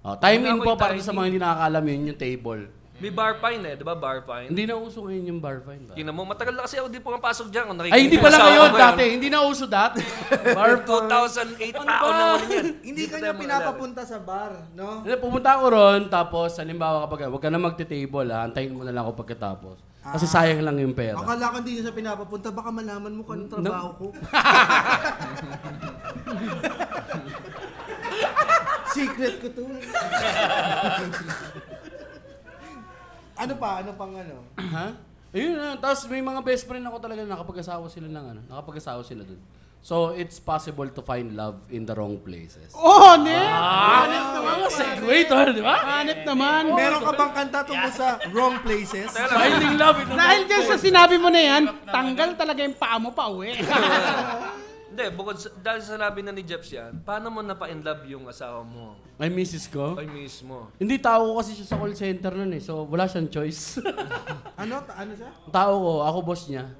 Oh, time Huwag in ako po para i-time sa in. mga hindi nakakaalam yun, yung table. May bar fine eh, di ba bar fine? Hindi na uso ngayon yung bar fine ba? Tingnan mo, matagal na kasi ako di pumapasok dyan. Kung Ay, hindi nakikinig pala sa ngayon, ako dati. Hindi na uso dati. Bar bar fine. 2008 pa ako na wala yan. Hindi ko ka tayo niya maalala. pinapapunta sa bar, no? Hindi, Pumunta ako ron, tapos halimbawa kapag huwag ka na magte-table, ha, antayin mo na lang ako pagkatapos. Kasi sayang lang yung pera. Akala ko hindi niya sa pinapapunta, baka malaman mo kung anong trabaho ko. Secret ko to. ano pa? Ano pang ano? Ha? Ayun na. Tapos may mga best friend ako talaga na nakapag-asawa sila ng ano. Nakapag-asawa sila dun. So, it's possible to find love in the wrong places. Oh, ne? Wow, segue Ah. tol, di ba? Hanip naman. Meron ka bang kanta tungkol sa wrong places? Finding love in the wrong Dahil dyan sa sinabi mo na yan, tanggal talaga yung paa mo pa uwi. Hindi, bukod sa, dahil sa sinabi na ni Jeps yan, paano mo napa-in love yung asawa mo? Ay, misis ko. Ay mismo. Hindi, tao ko kasi siya sa call center nun eh. So, wala siyang choice. Ano? Ta- ano siya? tao ko, ako boss niya.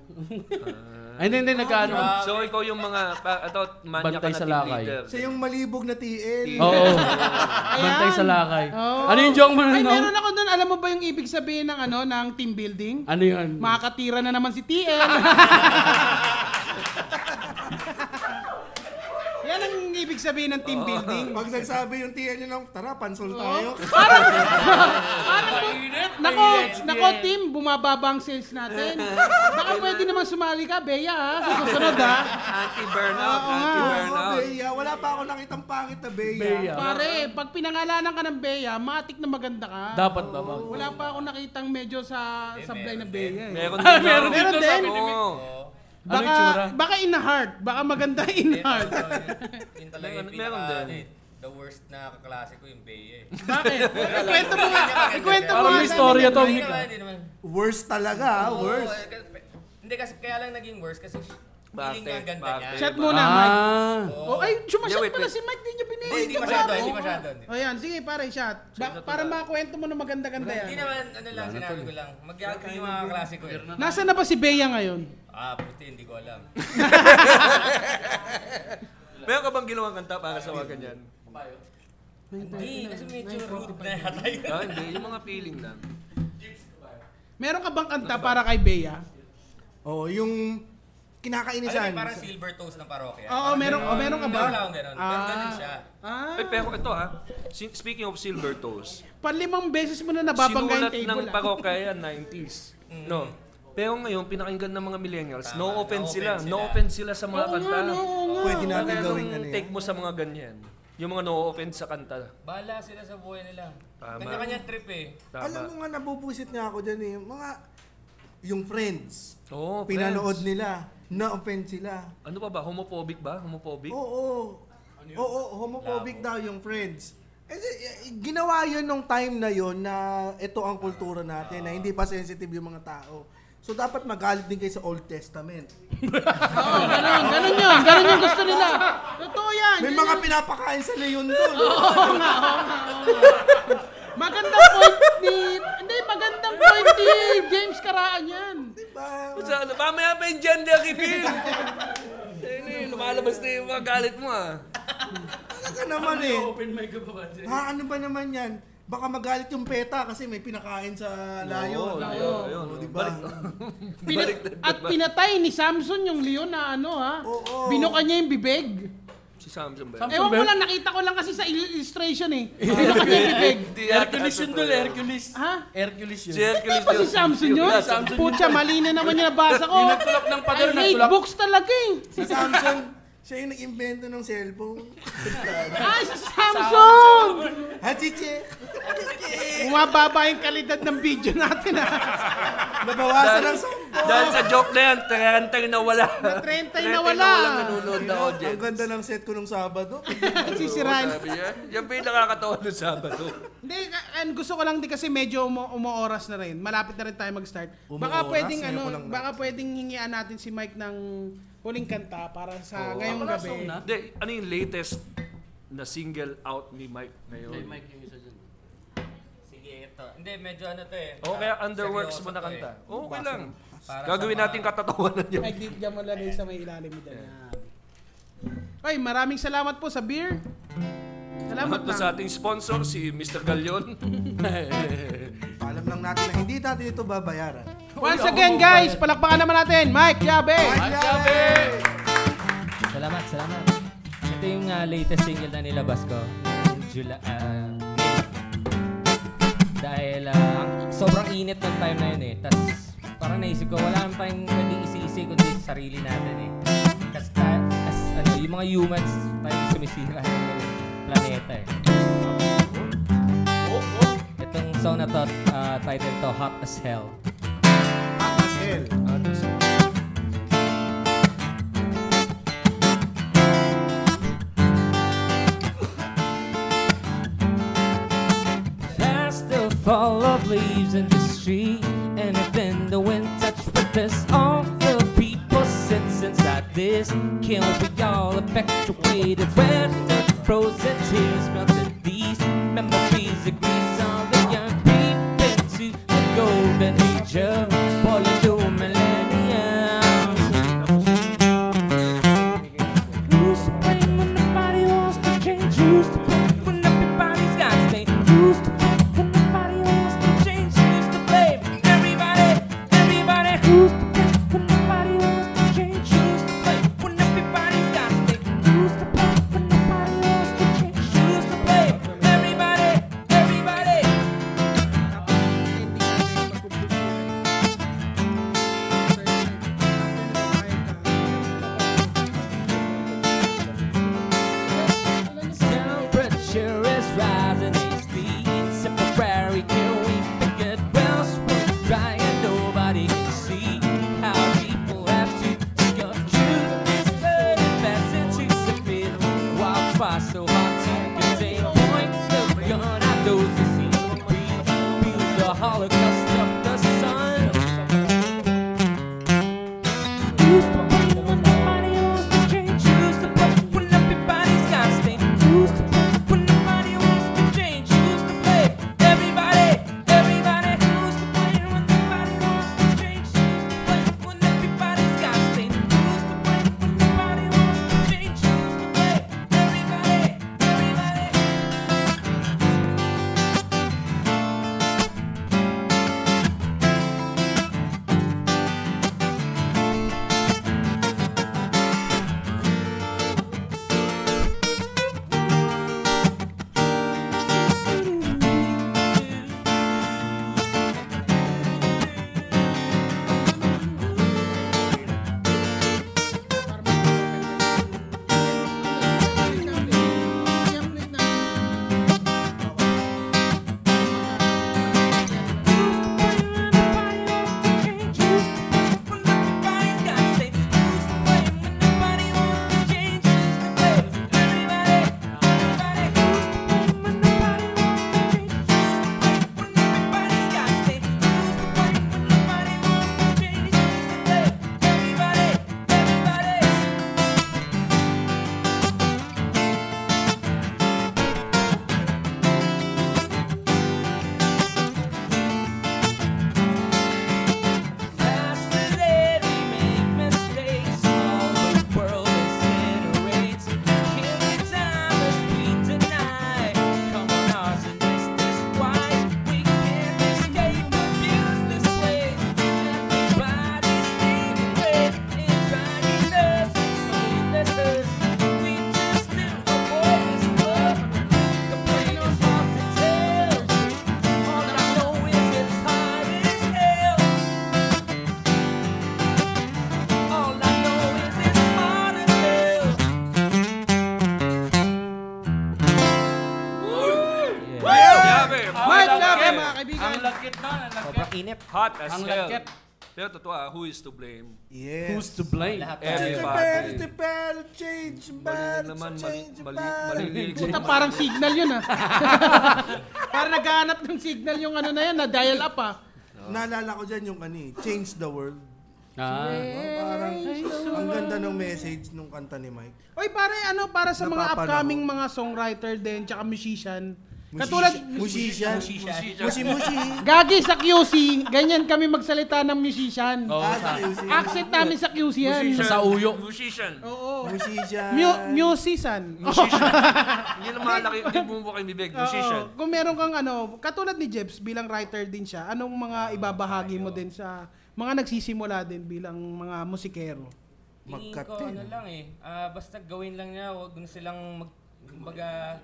Ay, hindi, hindi, nagkaano. So ikaw yung mga, pa, ito, manya ka Bantay na sa team lakay. leader. Siya yung malibog na TL. Oo. Bantay sa lakay. Oo. Ano yung joke mo nun? Ay, no? meron ako doon. Alam mo ba yung ibig sabihin ng ano, ng team building? Ano yun? Makakatira na naman si TL. Yan ang ibig sabihin ng team building. Pag nagsabi yung TL niya ng, tara, pansol tayo. Parang, parang, nako, nako team, bumababa ang sales natin. Baka pwede naman sumali ka, Bea ha, sa susunod ha. Anti-burnout, Oo, anti-burnout. Bea. Wala pa ako nakitang pangit na Bea. Bea. Pare, pag pinangalanan ka ng Bea, matik na maganda ka. Dapat ba? ba? Wala pa ako nakitang medyo sa sablay na Bea eh. Meron din. Ah, daw. meron din. Meron din. Oo. Ano yung Baka, tsura? baka in the heart, baka maganda in the heart. Yun talaga Meron- yung meron pinaka, din. ano eh, the worst na kaklase ko yung Bea eh. Bakit? Ikwento mo nga, ikwento mo Parang nga may sa storya amin. to, Hindi Mika. naman, hindi naman. Worst talaga, ah, Oo, Oh, worst. eh, kasi- Hindi kasi kaya lang naging worst kasi feeling niya ang ganda Bakit? niya. Chat muna, Mike. Ah. Oh, ay, Yeah, sumasyat wait, pala wait. si Mike, di niya Hindi, pinahin. hindi masyado, hindi masyado. hindi. O Oh, yan, sige pare, shot. Ba- para makakwento mo na maganda-ganda Hindi yan. naman, ano lang, sinabi ko lang. Magyakag yung mga kaklase ko eh. Nasaan na ba si Bea ngayon? Ah, puti, hindi ko alam. Meron ka bang ginawang kanta para sa mga ganyan? Hindi, kasi medyo rude na yata yun. Ah, hindi. Yung mga feeling lang. Meron ka bang kanta para kay Bea? Oo, yung Alam kinakainisan. mo, parang silver toes ng parokya. Oo, meron, oh, meron ka ba? Meron akong ganun. Gan- ganun siya. Ah, Ay, pero ito ha, sin- speaking of silver toes, panlimang beses mo na nababangga yung sinulat table. ng ah. parokya yan, 90s. Mm. No? Pero ngayon, pinakinggan ng mga millennials, Ah, no Tama, offense no sila. offense No sila. offense sila sa mga Oo kanta. nga, no, oo nga. Pwede natin Kaya gawing ano anong yan. take mo sa mga ganyan? Yung mga no offense sa kanta. Bahala sila sa buhay nila. Tama. Kanya-kanyang trip eh. Tama. Alam mo nga, nabubusit na ako dyan eh. Mga, yung Oh, friends. Oo, pinanood friends. nila. Na-offend sila. Ano pa ba? Homophobic ba? Homophobic? Oo. oo. Oo, homophobic daw yung friends. Eh, eh, ginawa yun nung time na yun na ito ang kultura natin, na hindi pa sensitive yung mga tao. So, dapat magalit din kayo sa Old Testament. Oo, ganun, Ah, ganun yun. Ganun yung gusto nila. Totoo yan. May Ano yun mga yung- pinapakain sa leyon doon. Oo nga, oo nga, oo nga. Magandang point ni... Hindi, magandang point ni James Karaan yan. Diba? Sa ano, mamaya pa yung gender reveal! Ayun eh, lumalabas na yung mga galit mo ah. Ano ka naman eh? Open mic ba Ha, ano ba naman yan? Baka magalit yung peta kasi may pinakain sa layon. ayun, ayun. Oo, diba? Pina- at pinatay ni Samson yung Leon na ano ha. Oo. Binuka niya yung bibig. Si Samson ba? Ewan ko lang, nakita ko lang kasi sa illustration eh. Binuka niya yung bibig. Hercules yun dul, Hercules. Ha? Hercules yun. Si Hercules Pa Ano si yun. Samson yun? Samson yun. Putya, mali na naman yung nabasa ko. Yung nagtulak ng I pader, hate nagtulak. books talaga eh. si Samson, siya yung nag-invento ng cellphone. Ay, si Samson! Hachiche! Umababa yung kalidad ng video natin ah. ha. Nabawasan ang sampo! Dahil sa joke na yan, 30 na wala. Na 30 na na wala. walang nanonood na Ang audience. ganda ng set ko nung Sabado. Sisirain. Sabi niya, yan ba yung nakakatawa ng Sabado? Hindi, ka- and gusto ko lang din kasi medyo umo, umooras na rin. Malapit na rin tayo mag-start. Umooras? Baka pwedeng Ngayon ano, ko lang na- baka pwedeng hingian natin si Mike ng huling kanta para sa ngayong Wala, gabi. song na. Hindi, ano yung latest na single out ni Mike ngayon? Sige, ito. Hindi, medyo ano to eh. O kaya underworks Seryoso mo na to eh. kanta. Okay lang. Para Gagawin sa mga- natin katatawanan yun. Mike, dito mo lang sa may ilalim mo dyan. Oy, maraming salamat po sa beer. Salamat Salamat po na. sa ating sponsor, si Mr. Galion. Paalam lang natin na hindi natin ito babayaran. Once again guys, palakpakan naman natin. Mike Jabe! Salamat, salamat. Ito yung ah, latest single na nilabas ko. July, ah, May. Dahil ah, ang- sobrang init ng time na yun eh. Tapos parang naisip ko, wala naman tayong pwedeng isi-isi kundi sa sarili natin eh. Kasi ta- as, ano, yung mga humans, tayo yung sumisira ng planeta eh. Itong song na to, ah, title to, Hot As Hell. Asel. That's the fall of leaves in the street. And then the wind touched with this. All the people since inside this. Can we all effectuated where the frozen tears melted these memories of Greece on the young people to the golden age of Polydor millennium. Used to play when nobody wants to change. Used to play when everybody's got to stay. Used to play when nobody wants to change. Used to play when everybody, everybody. Used to play when nobody wants to change. Used to play when everybody's got to stay. Used to play when nobody wants to change. Used to play everybody, everybody. lagkit na, ang Sobrang init. Hot as Ang hell. lagkit. Pero totoo, ah, who is to blame? Yeah. Who's to blame? Eh, Lahat tayo. Change your Everybody. body, the body, change your Mali body, naman, mali, change your mali, body. mali, mali, Puta, parang signal yun ah. parang naghahanap ng signal yung ano na yan, na dial up ah. Naalala ko dyan yung ano eh, change the world. Ah. Oh, parang, ang ganda ng message nung kanta ni Mike. Oy, pare, ano, para sa mga Napapanaw. upcoming mga songwriter din, tsaka musician. Musisya- Katulad, Musisya. Musi, musi. Gagi sa QC, ganyan kami magsalita ng musician. Oo, Oh. Ah, sa, musi. Accent namin sa QC yan. sa uyo. Musician. Oo. Musisya. Mu- musician. Musician. Hindi na malaki, hindi bumubuka yung bibig. Oo. Musician. Uh, Kung meron kang ano, katulad ni Jeps bilang writer din siya, anong mga ibabahagi mo din sa mga nagsisimula din bilang mga musikero? Tingin Magkat ko din. ano lang eh. Ah, basta gawin lang niya, huwag na silang mag... Kumbaga,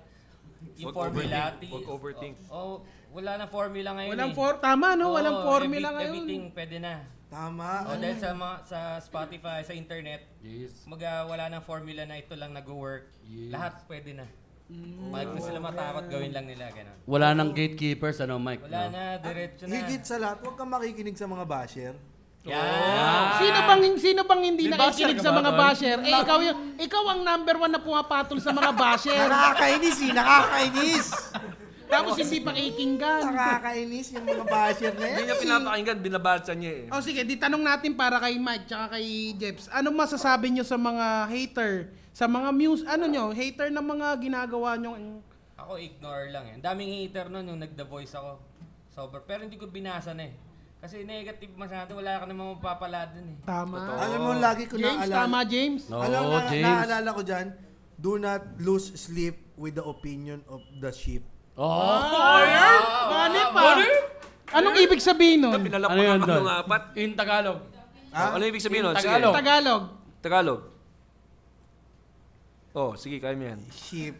yung Huwag formula. overthink, ti- huwag overthink. Oh, oh, wala na formula ngayon Walang eh. for tama no, Oo, walang formula every- Everything ngayon. pwede na. Tama. Oh, dahil sa, mga, sa Spotify, sa internet, Yes. Kumbaga, wala nang formula na ito lang nag-work. Yes. Lahat pwede na. Pag na sila matakot, gawin lang nila ganun. Wala nang gatekeepers, ano, Mike? Wala no? na, diretso na. Higit sa lahat, huwag kang makikinig sa mga basher. Yeah. Sino bang sino bang hindi May nakikinig basher ka sa ba, mga tol? basher? Eh ikaw yung ikaw ang number one na pumapatol sa mga basher. Nakakainis eh, nakakainis! Tapos hindi pakikinggan. Nakakainis yung mga basher na Hindi yan. niya pinapakinggan, binabasa niya eh. O Oh, sige, di tanong natin para kay Mike tsaka kay Jeps. Anong masasabi nyo sa mga hater? Sa mga muse, ano nyo, hater ng mga ginagawa nyong Ako ignore lang eh. Ang daming hater nun nung nag-The Voice ako. Sober. Pero hindi ko binasa na eh. Kasi negative masyado, wala ka namang mapapala dun eh. tama. Alam mo, lagi ko Ah. James, naalala. tama James. No, alam mo, na, James. naalala ko dyan, do not lose sleep with the opinion of the sheep. Oh, Ah. Mali pa. Anong ibig sabihin nun? Pinalakpak ano yun, ang Dol? ng apat. In Tagalog. Ah? Ano ibig sabihin nun? Sige. Tagalog. Tagalog. Tagalog. Oh, sige, kaya mo yan. Sheep.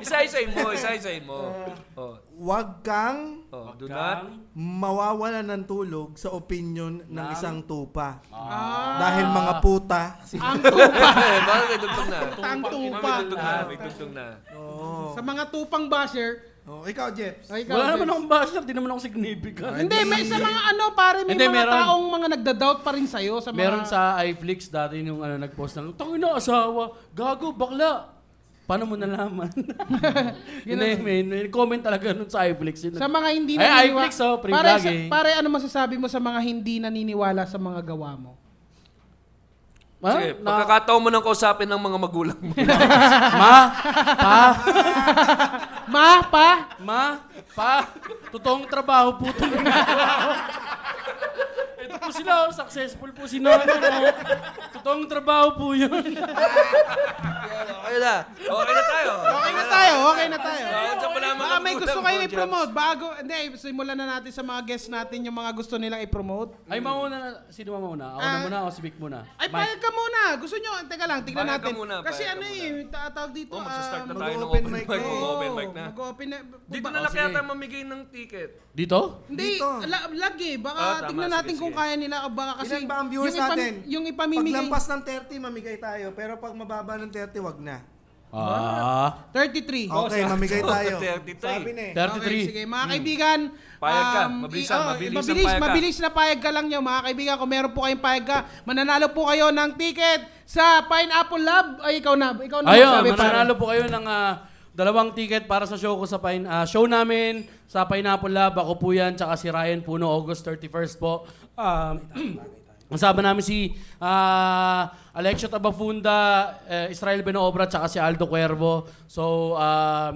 Isa-isayin mo, isa-isayin mo. Oh, Huwag kang oh, do not. mawawala ng tulog sa opinion ng isang tupa. Ah. Ah. Dahil mga puta. Ah, Ang tupa. Eh, Parang may dugtong na. Ang tupa. May dugtong na, may Ah. dugtong na. Oo. Sa mga tupang basher. Oh, ikaw, Jeps. Ay, ikaw, Wala naman James. akong basher, di naman ako significant. Hindi, may sa mga ano, pare, may Hindi, mga meron. taong mga nagda-doubt pa rin sa'yo. Sa mga, Meron sa iFlix dati nung ano, nag-post ng, Tangina, asawa, gago, bakla. Paano mo nalaman? Hindi, may, may comment talaga nun sa iFlix. Yun. Sa mga hindi Ay, naniniwa- iFlix, oh, free pare, vlog, sa- eh. pare, ano masasabi mo sa mga hindi naniniwala sa mga gawa mo? Ma? Sige, Na- pagkakataon mo nang kausapin ng mga magulang mo. ma? Pa? Ma, pa, Ma? Pa? Totoong trabaho po ito. Ito po sila, oh, successful po si Nono. oh. Totoong trabaho po yun. Okay na. Okay na tayo. okay na tayo, okay na tayo. Ah, dyan pala ang mga Baka may gusto kulang, kayong mga i-promote bago, hindi, simulan na natin sa mga guests natin yung mga gusto nilang i-promote. Ay, mauna na. Sino ba mauna? Ako na Ah. muna, ako si Vic muna. Ay, Mike. payag ka muna. Gusto nyo, teka lang, tignan Payag ka natin. muna, Kasi payag ano ka eh, tatawag dito. Oh, magsastart na ah, tayo ng mag-open open mic. mic na eh. Mag- Open mic na. Mag-open na. Dito na Oh, lang yata mamigay ng ticket. Dito? Hindi, Dito. la, lag eh. Baka Ah, tama. tignan Sige, natin kung sige. kaya nila o baka kasi Ilan ba ang viewers yung, ipam- natin? yung Pag ipamimigay. lampas ng 30, mamigay tayo. Pero pag mababa ng 30, wag na. Ah. 33. Okay, mamigay tayo. 33. Sabi na eh. 33. Okay, sige. Mga Hmm. kaibigan, Payag ka. um, Mabilis i- ah, oh, mabilis ang mabilis, payag ka. mabilis na payag ka lang nyo, mga kaibigan. Kung meron po kayong payag ka, mananalo po kayo ng ticket sa Pineapple Lab. Ay, ikaw na. Ikaw na Ayun, pare. mananalo po kayo ng ah, dalawang ticket para sa show ko sa pine, ah, show namin sa Pineapple Lab. Ako po yan, tsaka si Ryan Puno, August 31st po. Um, Kasama namin si ah, Alexio Tabafunda, eh, Israel Benoobra, tsaka si Aldo Cuervo. So, um,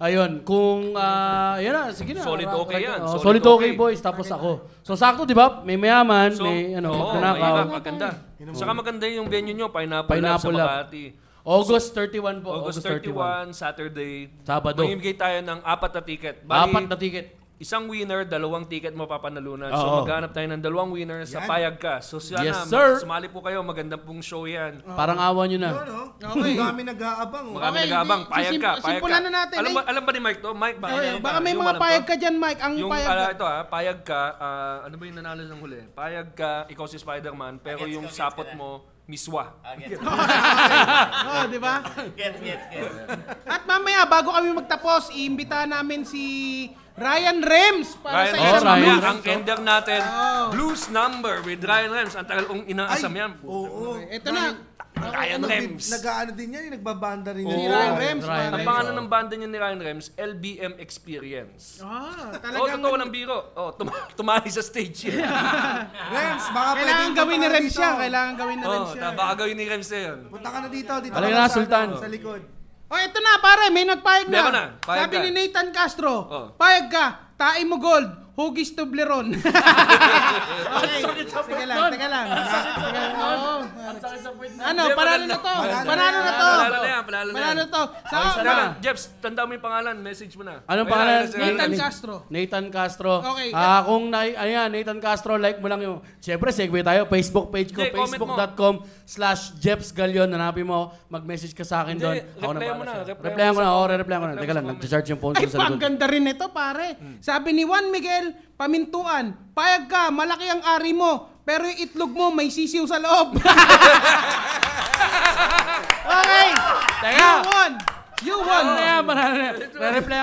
ayun, kung, ah, ayun na, sige na. Solid Ra- okay ra- yan, oh, solid solid, okay. okay. boys, tapos ako. So, sakto, di ba? May mayaman, So, may, ano, oo, magnanakaw. mahirap, Maganda. Saka maganda yung venue nyo, Pineapple, Pineapple Pineapple Lab. Lab sa Makati. August 31 po. August 31, Saturday. Sabado. Mamimigay tayo ng apat na ticket. Bali, Apat na ticket. isang winner, dalawang ticket mapapanalunan. So Oo. maghanap tayo ng dalawang winner sa Payag Ka. So sana, Yes, sir. sumali po kayo. Magandang pong show yan. Parang awa nyo na. Yun, oh. Ang dami nag-aabang. oh. Marami Mm. Okay, nag-aabang. di- Payag ka, sisim- payag simpulan ka. na natin, Alam, ba- eh. alam ba ni Mike to? Mike, baka, Okay, alam baka ba? may Yung mga alam to? payag ka dyan, Mike. Ang Yung payag ala, ka. ito ha, payag ka, ah, ano ba yung nanalo ng huli? Payag ka, ikaw si Spider-Man, pero yung sapot mo, miswa. Oo, Ah, di ba? At mamaya, bago kami magtapos, iimbita namin si Ryan Rems para Ryan sa Rems, isang Oh, Ryan mamaya blues. ang ender natin, Oh. Blues Number with Ryan Rems. Ang tagal kong inaasam yan. Oo. Ito na. Ryan Rems. Nag-aano din yan, eh, nagbabanda rin Si yan. Ryan Rems. Oh, Ryan pare. Ang pangalan ng banda niya ni Ryan Rems, LBM Experience. Ah, Oh, talagang totoo ng biro. Oh, tum tumali sa stage yun. Rems, baka pwede kailangan gawin ni Rems siya. Kailangan gawin ni Rems oh, siya. taba gawin ni Rems na yun. Punta ka na dito, dito Alay ka na, sa- ano, Sultan. Sa likod. Oh, ito na pare, may nagpayag na. Meron na, payag Sabi ka. ni Nathan Castro, Oh. payag ka, tain mo gold, hugis Toblerone. okay, sige lang, teka lang. Teka lang. Oo. Ano, Hindi, panalo maganda. na to. Panalo na. Panalo na to. Panalo na yan, panalo na Panalo yan. to. Sa Tara na. Jeps, tanda mo yung pangalan. Message mo na. Anong Ayun, pangalan? ayun, ayun, ayun. Nathan Castro. Nathan Castro. Okay. Ah, kung na, ayan, Nathan Castro, like mo lang yung, syempre, segue tayo, Facebook page ko, Hindi, comment mo. facebook.com slash Jeps Galion. Hanapin mo, mag-message ka sa akin Hindi, doon. replyan mo bahala na, sa'yo. replyan Replyan mo ko na, sa- oo, re-replyan ko na. replyan Teka mo lang, sa nag-charge yung phone Ay, ko sa pang likod. ganda rin ito, pare. Hmm. Sabi ni Juan Miguel, pamintuan, payag ka, malaki ang ari mo, pero yung itlog mo may sisiw sa loob. okay. Teka. You won. You won. Ano yan, panalo na. Re-replyan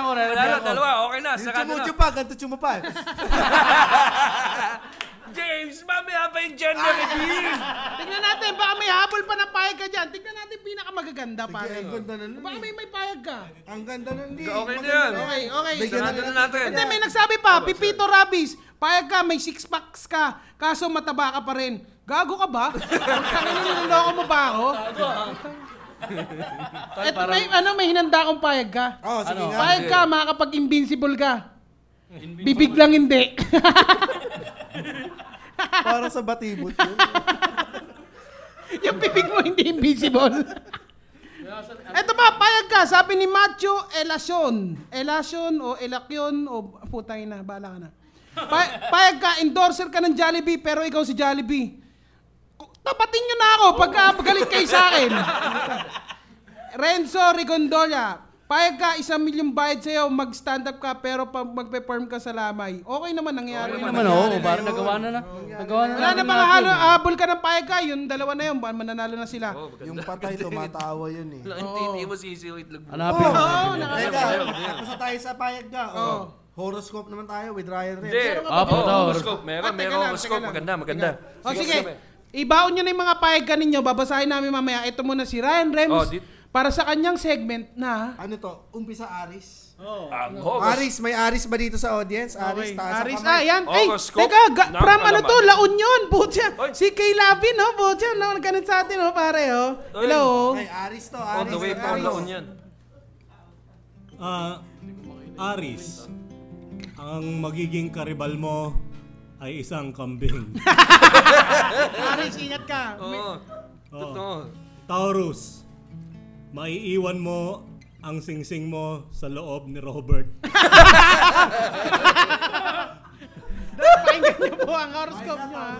ko, Panalo, re-replyan ko. dalawa. Okay na, sarado na. Chumucho pa, ganito chumupa. James, mamaya pa yung gender Ah! reveal. Tignan natin, baka may habol pa na payag ka dyan. Tignan natin pinakamagaganda, pare. Ang ganda na nun. eh. Baka may may payag ka. Ang ganda nun, di. Okay na Maganda yan. Okay, oh. okay. Bigyan Sarado na natin. Hindi, may nagsabi pa, Pipito Rabis, payag ka, may six packs ka, kaso mataba ka pa rin. Gago ka ba? Kami niloloko mo ba ako? Et, may, ano, may hinanda akong payag ka. Oh, sige nga. Payag ka, makakapag-invincible ka. Bibig lang hindi. Para sa batibot yun. Yung bibig mo hindi invisible. Eto pa, payag ka. Sabi ni Macho Elacion. Elacion o Elacion o putay na, bahala ka na. Pa- payag ka, endorser ka ng Jollibee pero ikaw si Jollibee. Ku- Tapatin nyo na ako pagka magalit kayo sa akin. Renzo Rigondola. Payag ka, isang milyong bayad sa'yo, mag-stand up ka pero pag mag-perform ka sa lamay. Okay naman nangyari. Ano naman, oo, parang nagawa na na. Nagawa na Wala na natin mga lahat halo, yun. ah. habol ka ng payag ka, yung dalawa na yun, ba- mananalo na sila. Yung patay, tumatawa yun eh. Ang titi mo sisiw itlog mo. Hanapin mo. Oo, Teka, tapos na tayo sa payag ka. Oh. Horoscope naman tayo with Ryan Rems. Hindi. Ah, Oh, puto. horoscope. Meron, Ah, teka meron lang, horoscope. teka lang. Maganda, maganda. O Oh, sige, ibaon nyo na yung mga payaga ninyo, babasahin namin mamaya. Ito muna si Ryan Rems Oh, di- para sa kanyang segment na... Ano to? Umpisa Aris. Ang horoscope. Aris, may Aris ba dito sa audience? Aris, taas ang Aris, ah, kamay. yan. Ay, Horoscope teka, ga- ng from ano to, Kalaban. La Union, butya. Oy. Si Kay Lavin, no, butya. No, ganun sa atin, no, pare, oh. Oy. Hello. Ay, Aris to, Aris. On the way Aris. from La Union. Ah, Aris, ang magiging karibal mo ay isang kambing. Aris, ingat ka. Oo. Totoo. Taurus, maiiwan mo ang singsing mo sa loob ni Robert. Pakinggan nyo po ang horoscope nyo, ha.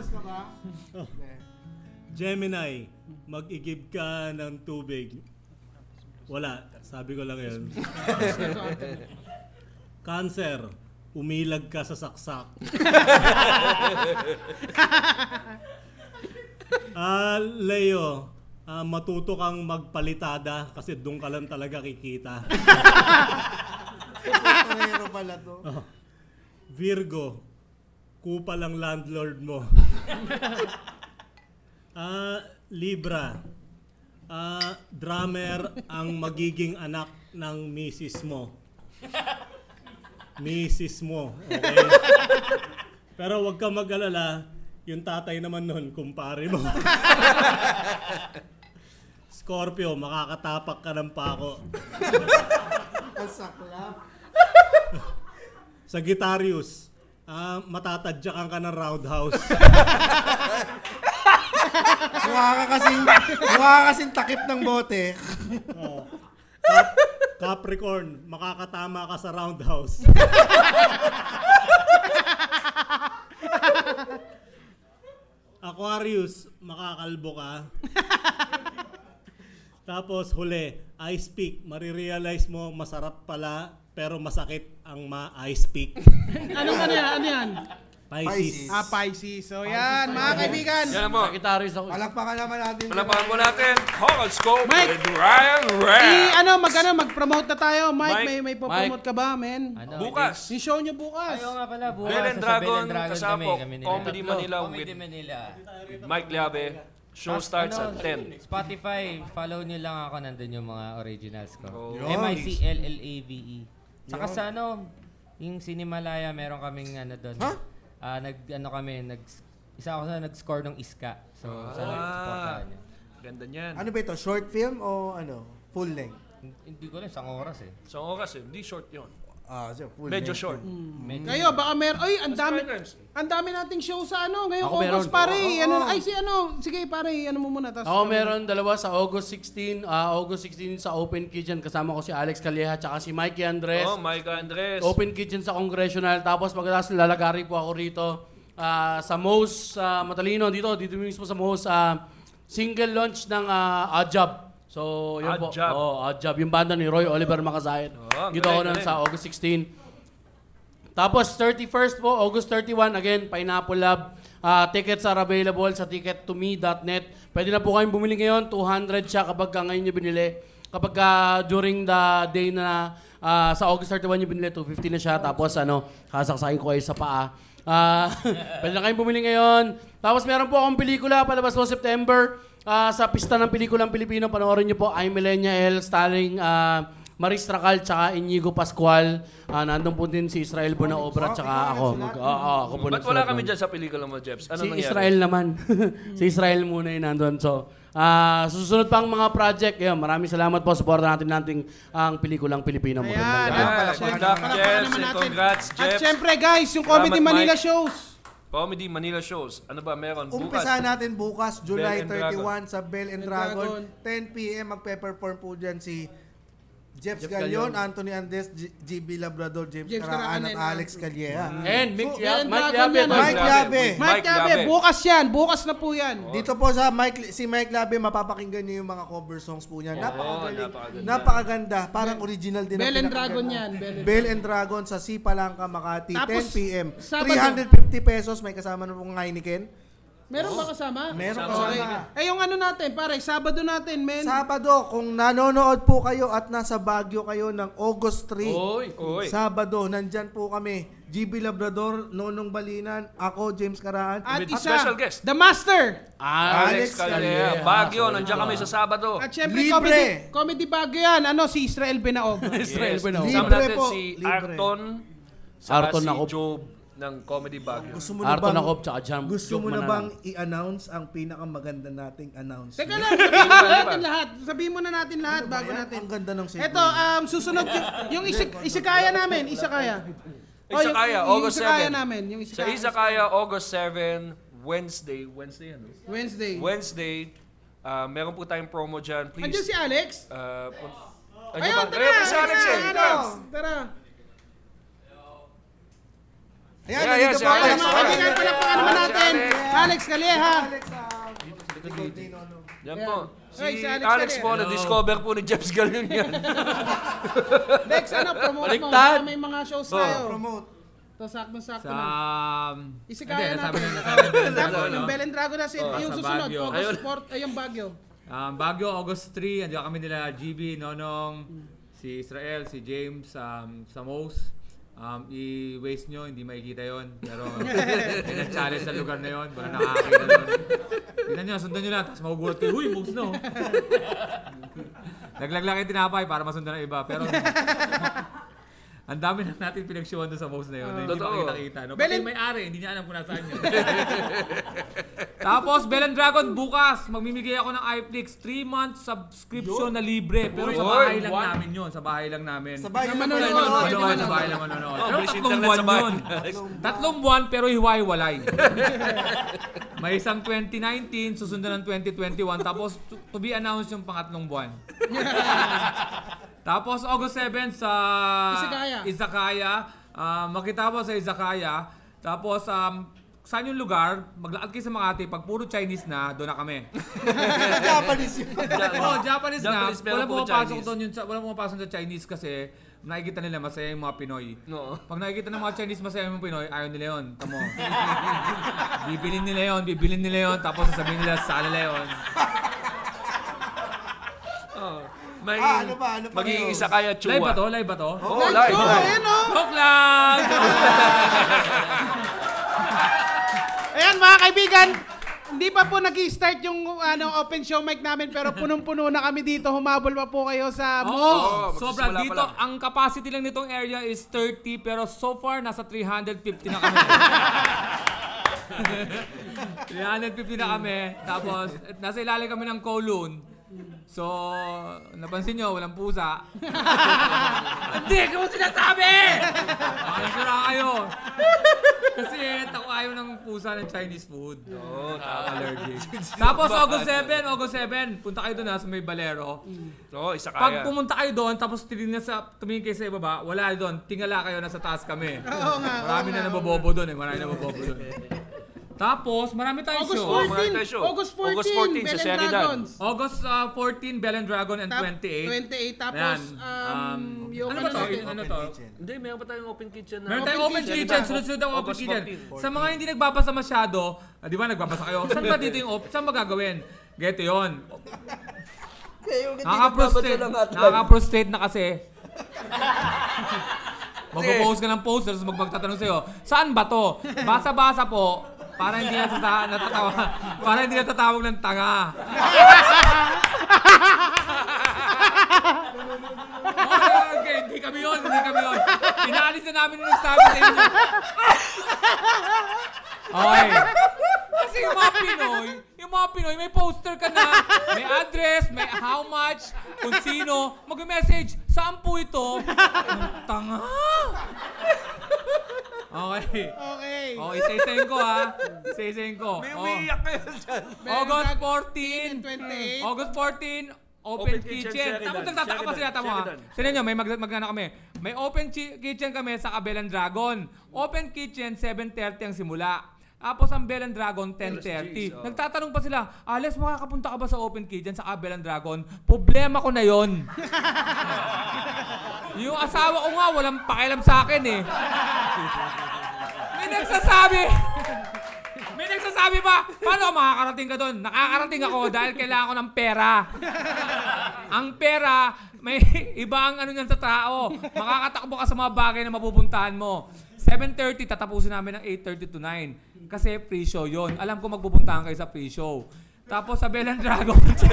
Gemini, mag-igib ka ng tubig. Wala, sabi ko lang yun. Cancer, umilag ka sa saksak. Ah, Leo, ah, matuto kang magpalitada kasi doon ka lang talaga kikita. Torero pala to. Virgo, kupa lang landlord mo. Ah, Libra. Ah, drummer ang magiging anak ng misis mo. Misis mo, okay? Pero huwag ka mag-alala, yung tatay naman nun, kumpare mo. Scorpio, makakatapak ka ng pako. Ang saklap. Sagittarius, ah, matatadyakan ka ng roundhouse. Mukha ka kasing, mukha ka kasing takip ng bote. Cap- Capricorn, makakatama ka sa roundhouse. Aquarius, makakalbo ka. Tapos huli, ice peak, marirealize mo masarap pala pero masakit ang ma-ice peak. Anong ano yan? Ano yan? Pisces. Ah, Pisces. So yan, mga kaibigan. Yan po. Sagittarius ako. Palakpakan naman natin. Palapakan po natin. Horoscope Mike! with Ryan Ray. I, ano, mag, ano, mag-promote na tayo. Mike, Mike. may, may promote ka ba, men? Ano, Bukas. Yung show nyo bukas. Ayaw nga pala, bukas. Bell and nasa Dragon, Bell and Dragon kasama kami, po, kami nila. Comedy Tatlo, Manila Comedy with- Manila. With Mike Liabe. Show Tapos, starts ano, at 10. Spotify, follow nyo lang ako, nandun yung mga originals ko. Oh. M-I-C-L-L-A-V-E. Saka E. sa ano, yung Cinemalaya, meron kaming ano doon. Ha? nag, ano kami, nag, isa ako sa nag-score ng iska. So, Ah. sana supportahan nyo. Ganda niyan. Ano ba ito? Short film o ano? Full length? Hindi ko lang, isang oras eh. Sa oras eh, hindi short yun. Ah, so full Medyo length. short. Kayo, baka mer... Ay, ang dami... Times. Ang dami nating show sa ano, ngayong Ako August, meron. pare. ano, Ay, si ano, sige, pare, ano mo muna. Tapos, Ako meron dalawa sa August 16. ah August 16 sa Open Kitchen. Kasama ko si Alex Calleja at si Mikey Andres. Oh, Mike Andres. Open Kitchen sa Congressional. Tapos pagkatapos lalagari po ako rito ah, sa Moe's ah, Matalino. Dito, dito mismo sa Moe's ah, single launch ng ah, Odd Job. So, yun po. Odd Job. Oo, Odd Job. Yung banda ni Roy Oliver Makasayan. Oo, dito ako Oh, nun galing, galing. sa August 16. Tapos 31st po, August 31, again, Pineapple Lab. Ah, tickets are available sa tickettome.net. Pwede na po kayong bumili ngayon, 200 siya kapag ka ngayon nyo binili. Kapag ka during the day na ah, sa August 31 nyo binili, 250 na siya. Tapos ano, kasaksakin ko ay sa paa. Ah, pwede na kayong bumili ngayon. Tapos meron po akong pelikula, palabas po September. Ah, sa pista ng pelikulang Pilipino, panoorin nyo po, I'm Millennia L, starring ah, Maris Tracal tsaka Inigo Pascual. Ah, nandun po din si Israel Bonaobra tsaka ako. Mag, oo, oo, ako po Ba't nagsulat wala kami nun. dyan sa pelikula mo, Jeps? Ano si nangyari? Israel naman. si Israel muna yung nandun. So, ah, susunod pang mga project. Yun, maraming salamat po. Supportan natin nating ang pelikulang Pilipino. Ayan. Ayan, Ah, palakpakan syempre, naman. palakpakan Jeps, naman natin. congrats, At Jeps. syempre, guys, yung Comedy Salamat, Manila Mike. shows. Comedy Manila shows. Ano ba meron? Umpisa natin bukas, July Bell and 31 sa Bell and And Dragon. Dragon. 10pm magpe-perform po dyan si Jeff Jeff Galion, Galion. Anthony Andes, G- GB Labrador, James, James Caraan Caraan at and Alex Calleja. Mm. And Mick So, Yap- Ellen Mike Dragon Yapit. yan, Mike Mike Yabe. Labe. Mike Yabe, bukas yan. Bukas na po Oh. yan. Dito po sa Mike, si Mike Labe, mapapakinggan niyo yung mga cover songs po Oh, niya. Napakagaling, napakaganda. napakaganda. Parang original din. ang Bell and pinakaganda. Dragon yan. Bell and- Bell and Dragon sa Si Palangka, Makati, Tapos, 10pm. Sabado. 350 pesos, may kasama na pong Heineken. Meron ba kasama? Meron Okay. kasama. Eh, yung ano natin, pare, Sabado natin, men. Sabado, kung nanonood po kayo at nasa Baguio kayo ng August 3, Oy. Uy. Sabado, nandyan po kami. GB Labrador, Nonong Balinan, ako, James Karaan. At With isa, special guest. The Master. Alex Alex Calleja. Calleja. Baguio, nandiyan kami sa Sabado. At syempre, Libre. comedy, comedy bago yan. Ano, si Israel Benaog. Israel Bonaobra. Kasama Libre natin po. si Libre. Arton. Sa Arton si Nakop. Job ng Comedy Baguio. gusto mo na Arton bang, Nakop tsaka Jam. gusto Joke mo na Manalo. bang i-announce ang pinakamaganda nating announcement? Teka lang, sabihin mo natin lahat. Sabihin mo na natin lahat Ano bago Ayan, natin. Ang ganda ng segment. Ito, um, susunod yung, yung isik, isikaya namin, isikaya. Oh, yung- Isakaya, yung August 7. Isikaya namin, yung Sa isikaya. Isakaya, August 7, Wednesday. Wednesday ano? Wednesday. Wednesday. ah, meron po tayong promo dyan. Please. Andiyan si Alex. ah, pun- Andiyan Ayun, ba? tara, Ayun, si tara, Alex eh. ano, tara. Ayan, Yeah, nandito yeah, si po. Para Alex. mga kaibigan, palakpakan naman Alex, natin. Alex. Alex Galeha. Yan po. Si Ay, si Alex Alex, Calleja. po, na-discover po ni Jeps Galion yan. Dex, ano, promote mo. Baliktad. Baka May mga shows tayo. Promote. To sakto-sakto Oh, Sa... na. um, Isikaya hindi, nasabi natin. na- nasabi na- Oh, Tapos yung Bell and Dragon na si- yung sa susunod, Baguio. August Sport, ay yung Baguio. Um, Baguio, August 3, andiyan kami nila GB, Nonong, si Israel, si James, um, Samos. Um, i-waste nyo, hindi makikita yon Pero yun ang challenge sa lugar na yon Wala nakakakita nun. Tingnan nyo, sundan nyo lang. Tapos magugulat kayo, Uy, oh." moves no. Naglaglaki tinapay para masundan ng iba. Pero ang dami na natin pinagsiwan doon sa moves na yun. na hindi Totoo. makikita-kita. No? Belen- Pati may ari, hindi niya alam kung nasaan yun. Tapos, Bell and Dragon, bukas, magmimigay ako ng iFlix. 3 months subscription na libre. Pero sa bahay lang namin yun. Sa bahay lang namin. Sabay na Naman pala. manonood. Sa bahay, sa bahay lang manonood. Pero Bilis tatlong internet buwan sa bahay. yun. Tatlong buwan, pero hiwai-walay. May isang 2019, susundan ng 2021. Tapos, to, to be announced yung pangatlong buwan. Tapos, August 7 sa... Izakaya. Izakaya. Ah, makita po sa Izakaya. Tapos, um, saan yung lugar? Maglakad kayo sa Makati. Pag puro Chinese na, doon na kami. Japanese yun. Oo, Japanese, Japanese, na. pero Wala puro pumapasok Chinese. doon yun. Sa, wala pumapasok sa Chinese kasi nakikita nila masaya yung mga Pinoy. No. Pag nakikita ng mga Chinese masaya yung Pinoy, ayaw nila yun. Tamo. bibilin nila yun, bibilin nila yun, tapos sasabihin nila sa nila yun. Oh. May, Ah, ano pa, ano pa magiging yun? isa kaya chua. Live ba to? Live ba to? Oo, live. Oh, live. ayan oh. Joke lang! Ayan mga kaibigan, hindi pa po nag-start yung ano, open show mic namin pero punong-puno na kami dito. Humabol pa po kayo sa Oo, mo. oo, magsisimula pa sobra oh, dito. lang. Ang capacity lang nitong area is 30 pero so far nasa 350 na kami. 350 na kami. Tapos nasa ilalim kami ng Kowloon. So, napansin nyo, walang pusa. Hindi ko sinasabi! Parang sira kayo. Kasi tako ayaw ng pusa ng Chinese food. Oo, allergic. Tapos August 7, August 7, punta kayo doon ha, sa may Balero. Oo, isa kaya. Pag pumunta kayo doon, tapos tingin na sa tumingin kayo sa ibaba, wala doon, tingala kayo nasa taas kami. Oo nga, oo Marami nga, na nabobobo doon eh, marami na nabobobo doon. tapos, marami tayong August show. 14, tayo show. August 14, August August 14 14, sa Bell and Sheridan. Dragons. August ah, 14, Bell and Dragon and Tap- 28. 28. Tapos, Ayan. um, Um, yung ano ba to? natin? Ano to? Hindi, meron pa tayong open kitchen na. Meron tayong open kitchen, sunod-sunod ang open August kitchen. Sa mga hindi nagbabasa masyado, ah, di ba nagbabasa kayo? Saan ba dito yung open? Saan magagawin? Geto yun. Nakaka-prostrate, nakaka-prostrate na kasi. Magpo-post ka ng post, tapos mag- magtatanong sa'yo, saan ba to? Basa-basa po, para hindi natatawa, natatawa, para hindi natatawag ng tanga. okay, Ah, okay, hindi kami yun, hindi kami yun. Inaalis na namin yung nagsabi sa inyo. Okay. Kasi yung mga Pinoy, yung mga Pinoy, may poster ka na, may address, may how much, kung sino, mag-message, saan po ito? Ang Tanga! Okay. Okay. Oh, isa-isahin ko ha. Isa-isahin ko. May umiiyak August 14. 28. August 14, open, Open kitchen, kitchen. Sheridan. Tapos nagtataka pa sila, tama ha? Sheridan. Tignan nyo, may mag magkano kami. May open chi- kitchen kami sa Bell and Dragon. Open kitchen, 7.30 ang simula. Tapos ang Bell and Dragon, 10.30. oh. Nagtatanong pa sila, Alex, makakapunta ka ba sa open kitchen sa Bell and Dragon? Problema ko na yon. yung asawa ko nga, walang pakialam sa akin eh. May nagsasabi! May nagsasabi pa, paano ako makakarating ka doon? Nakakarating ako dahil kailangan ko ng pera. Ang pera, may iba ang ano niyan sa tao. Makakatakbo ka sa mga bagay na mapupuntahan mo. 7.30, tatapusin namin ng 8.30 to 9. Kasi pre-show yon. Alam ko magpupuntahan kayo sa pre-show. Tapos sa Bell and Dragon, 10.30.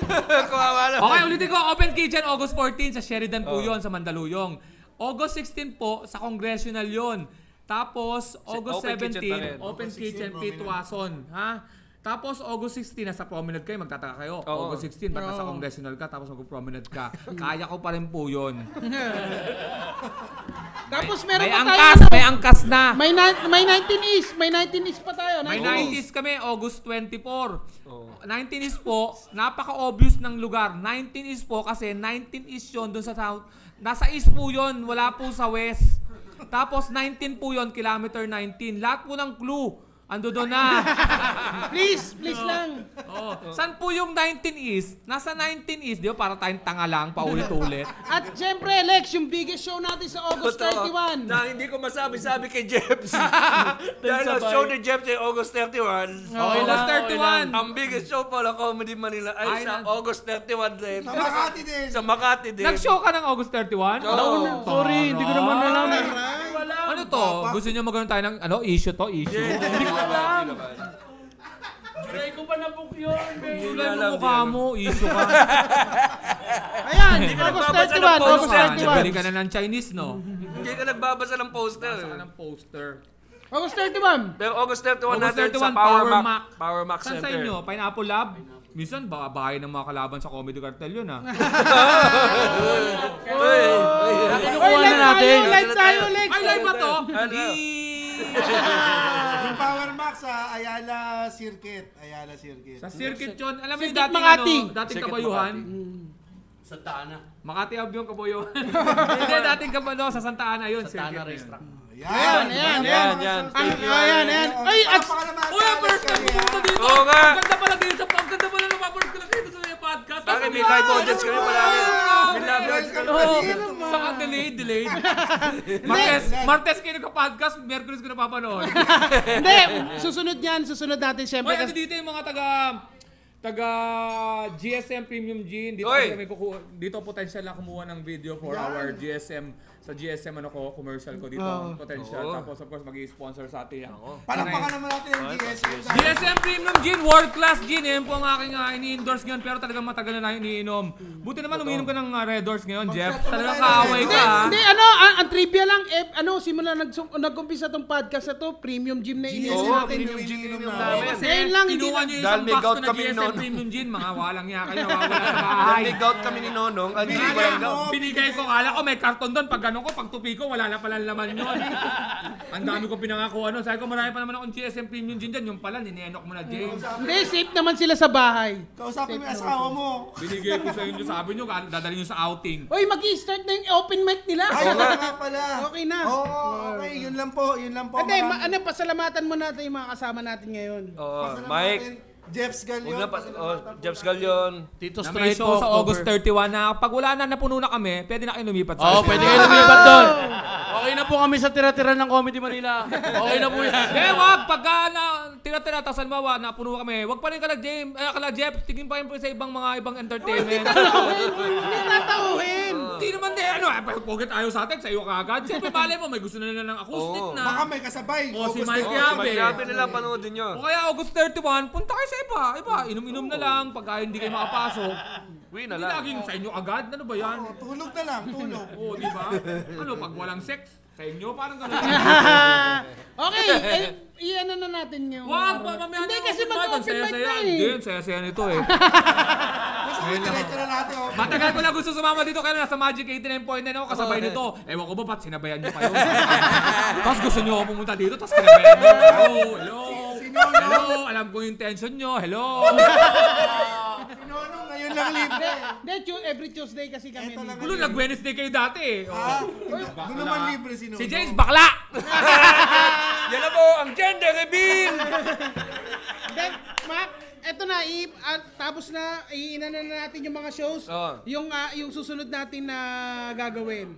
Okay, ulitin ko. Open Kitchen, August 14 sa Sheridan Oh. po yun, sa Mandaluyong. August 16 po, sa Congressional yon. Tapos, August open kitchen pa rin. 17, Open Kitchen, Pitwason. Ha? Tapos, August 16, nasa promenade kayo, magtataka kayo. Oo. August 16, ba't nasa Congressional ka, tapos mag-promenade ka. Kaya ko pa rin po yun. Tapos meron May pa tayo. angkas, may angkas na. May, na- may 19 is. May 19 is pa tayo. May 19 is. 90s kami, August 24. 19 is po, napaka-obvious ng lugar. 19 is po kasi 19 is yon doon sa south. Nasa east po yon, wala po sa west. Tapos 19 po yon, kilometer 19. Lahat po ng clue, ando doon na. Please, please lang. oh. San po yung 19 is? Nasa 19 is, di ba? Para tayong tanga lang, paulit-ulit. At syempre, Lex, yung biggest show natin sa August 31. Na hindi ko masabi-sabi kay Jeps. Dahil ang show ni Jeps ay August 31. Okay, August 31. Ang biggest show pala Comedy Manila ay sa Island. August 31 din. Sa Makati din. Sa Makati din. Nag-show ka ng August 31? Oo. Sorry, hindi ko naman alam. Ano to? Gusto niyo magkaroon tayo ng ano, issue to, issue? Hindi ko alam. Tulad mo mukha mo, issue ka. Ayan, August 31. August Ah, nabili 31. ka na ng Chinese, no? Hindi ka nagbabasa ng poster. ng poster. August 31. Pero August 31 August natin 31, sa Power Power Mac, Mac. Power Mac Saan Center. sa inyo? Pineapple Lab? Minsan, baka bahay ng mga kalaban sa Comedy Cartel yun, ah. Uy, uy. Oy, live tayo, live tayo, Lex. Ay, live ba to? Ano? Yung Power Max sa Ayala Circuit. Ayala Circuit. Sa circuit yun. Alam mo yung Circuit dating, Makati. ano, dating Circuit Mm. kabayuhan? Santa Ana. Makati Hub yung kabayuhan. Hindi, dating kabayuhan. Sa Santa Ana yun. Santa Ana circuit yun. Racetrack. Ayan, ayan, Yan, yan. Ay, ayan, ayan. Ay, at Pakalaman Uy, ang sa first time Alex pumunta dito. Oo nga. Ang ganda pala dito. sa- Ang ganda pala na mapunta dito sa Nepal. podcast. Bakit may live audience kami palagi? May live audience kami. Oo, saka delayed, delayed. Martes, Martes kayo nagka-podcast, Merkulis ko napapanood. Hindi, susunod yan. Susunod natin siyempre. Hoy, kasi- ano dito yung mga taga taga GSM Premium Gin dito Hoy! kasi kami kukuha dito potential na kumuha ng video for our GSM sa GSM ano ko commercial ko dito Oo. potential Oo. tapos of course magi-sponsor sa atin yan. Palakpakan naman natin ang DSM. GSM Premium Gin, world class gin. Yan po ang aking ah, ini-endorse ngayon pero talagang matagal na namin iniinom. Buti naman umiinom ka ng ah, Red Horse ngayon, Jeff. Talagang kaaway ka. Hindi, ah. hindi, ano, ang, ang trivia lang, eh, ano, simula nag, nag-umpisa tong podcast na to, premium gym na inis GSM natin. natin yung iniinom namin. Kasi Ngayon lang, hindi ah. kinuha na- Dahil niyo isang may box gout ko na kami GSM noon. Premium Gin. Mga walang niya kayo, nawawala sa bahay. Nag-dig out kami ni Nonong. Ang hindi ko lang daw. mo. Binigay ko, kala ko may karton doon. Pag ganun ko, pag tupi ko, wala na pala laman yun. Ang dami ko pinangakuha nun. Sabi ko, marami pa naman akong GSM Premium Gin dyan. Yung pala, ninenok mo na, James. Hindi, safe naman sila sa bahay. Kausapin mo yung asawa mo. Binigay ko sa inyo, sabi nyo, dadali nyo sa outing. Uy, mag-i-start na yung open mic nila. Ay, yun na nga pala. Okay na. Oo, okay. Yun lang po. Yun lang po. Hindi, ma- Maraming- ano, pasalamatan mo natin yung mga kasama natin ngayon. Oo, Pasalamatan Mike. natin, Jeffs Galion. Huwag na pa. pasalamatan Oh, po Jeps natin. Galion. Tito Na may Straight show po, sa August 31 na pag wala na, napuno na kami, pwede na kayo lumipat sa Oo, oh, pwede kayo lumipat doon. Okay na po kami sa tira-tira ng Comedy Manila. Okay na po yan. Eh, wag! Pagka na, tira-tira, tas halimbawa, napuno kami, wag pa rin ka na, James, eh, ka na, Jeff, tingin pa rin po sa ibang mga ibang entertainment. Hindi tatauhin. Hindi naman din, ano, eh, poget ayaw sa atin, sa iyo kaagad. Siyempre, malay mo, may gusto na nila ng acoustic Oo. na. Baka may kasabay. Oh, si August Mike na- Yabe. Sabi. Sabi nila, panoodin nyo. O kaya August 31, punta kayo sa iba. Iba, inom-inom na lang. Pagka hindi kayo makapasok, Uwi na hindi lang. laging sa inyo agad. Ano ba yan? Oh, Tulog na lang, tulog. Oo, di ba? Ano, pag walang sex, sa inyo, parang gano'n. okay, eh, i-ano na natin yung... Wag, pa, mamaya Hindi, na yung kasi open mic. Ang mag-open mic saya-saya. na Hindi, eh. ang saya-saya nito eh. Kasi may diretso na natin. oh. Matagal ko lang gusto sumama dito kaya nasa Magic 89.9 ako kasabay nito. Ewan ko ba, ba't sinabayan nyo kayo? tapos gusto nyo ako pumunta dito, tapos sinabayan nyo. Hello, hello. Hello, alam ko yung tension nyo. Hello. Si Nonong ngayon lang libre. Hindi, tu- every Tuesday kasi kami. Ito lang dito. Gulo, nag-Wednesday kayo dati eh. Ha? Oh. Ah, Doon naman libre si Nonong. Si James, bakla! Yan na po ang gender reveal! Hindi, Mac, eto na, i, at tapos na, iinanan na natin yung mga shows. Oo. Yung, ah, yung susunod natin na gagawin.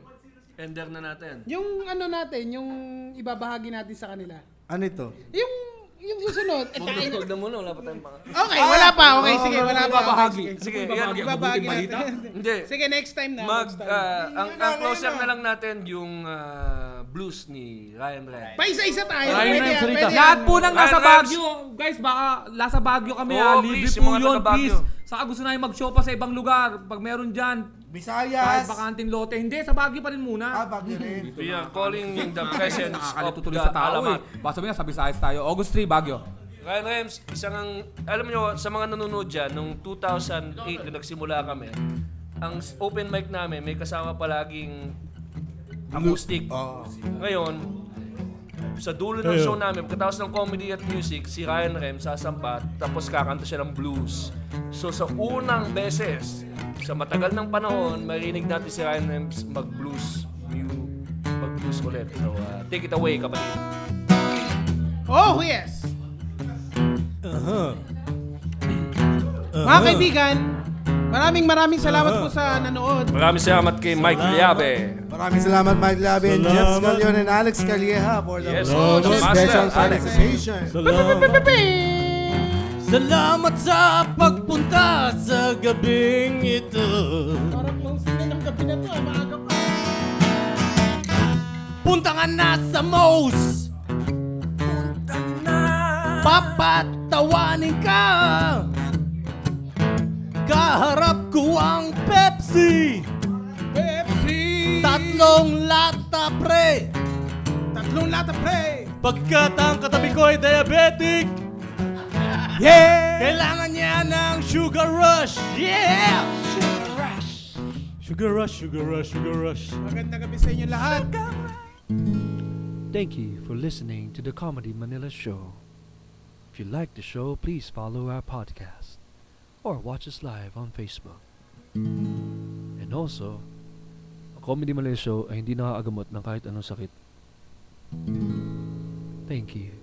Ender na natin. Yung ano natin, yung ibabahagi natin sa kanila. Ano ito? Yung yung susunod. Eh, Huwag na, kain- huwag na muna. Wala pa tayong mga... okay, wala pa. Okay, sige, wala pa. Ibabahagi. Sige, yan. Ibabahagi natin. Hindi. Sige, next time na. Mag, next time. ah, ang, ang closer na lang natin yung ah, blues ni Ryan Ryan. Paisa-isa tayo. Ayun na Pwede yung yan, salita. pwede Lahat yan. po nang Ryan nasa Rems. Baguio. Guys, baka nasa Baguio kami Oo, ah. Libre please, yung po mga yun, taga Baguio. please. Saka gusto namin mag-show pa sa ibang lugar. Pag meron dyan, kahit Visayas. bakanting lote. Hindi, sa Baguio pa rin Ah, muna. Baguio rin. We are calling in the presence of Nakakalit the tutuloy sa tao eh. alamat. Basta mo yan, sabi sa ayos tayo. August 3, Baguio. Ryan Rems, isang ang, alam nyo, sa mga nanonood dyan, nung 2008 na nagsimula kami, ang s- open mic namin may kasama palaging acoustic. Ngayon, sa dulo ng show namin, pagkatapos ng comedy at music, si Ryan Rems sasampa, tapos kakanta siya ng blues. So sa unang beses, sa matagal ng panahon, marinig natin si Ryan Rems mag-blues. Mu- Mag-blues ulit. So uh, take it away, kapatid. Oh, yes. Mga kaibigan, maraming maraming salamat po sa nanood. Maraming salamat kay Mike Liabe. Maraming salamat, Mike Labi and Salamat. Jeff Scalion and Alex Calieja for the Yes, Lord, special Master, Alex. participation. Salamat. Salamat sa pagpunta sa gabing ito. Para close na ng gabi na to, ah, maaga pa. Punta ka na sa Moe's Punta na Papatawanin ka Kaharap ko ang Pepsi Pepsi Tatlong lata pre Tatlong lata, pre! Pagkat ang katabi ko ay diabetic Yeah! Kailangan niya ng sugar rush Yeah! Sugar rush Sugar rush, sugar rush, sugar rush Magandang gabi sa inyo lahat. Thank you for listening to the Comedy Manila Show. If you like the show, please follow our podcast or watch us live on Facebook. And also, ang Comedy Manila Show ay hindi nakaagamot ng kahit anong sakit. Thank you.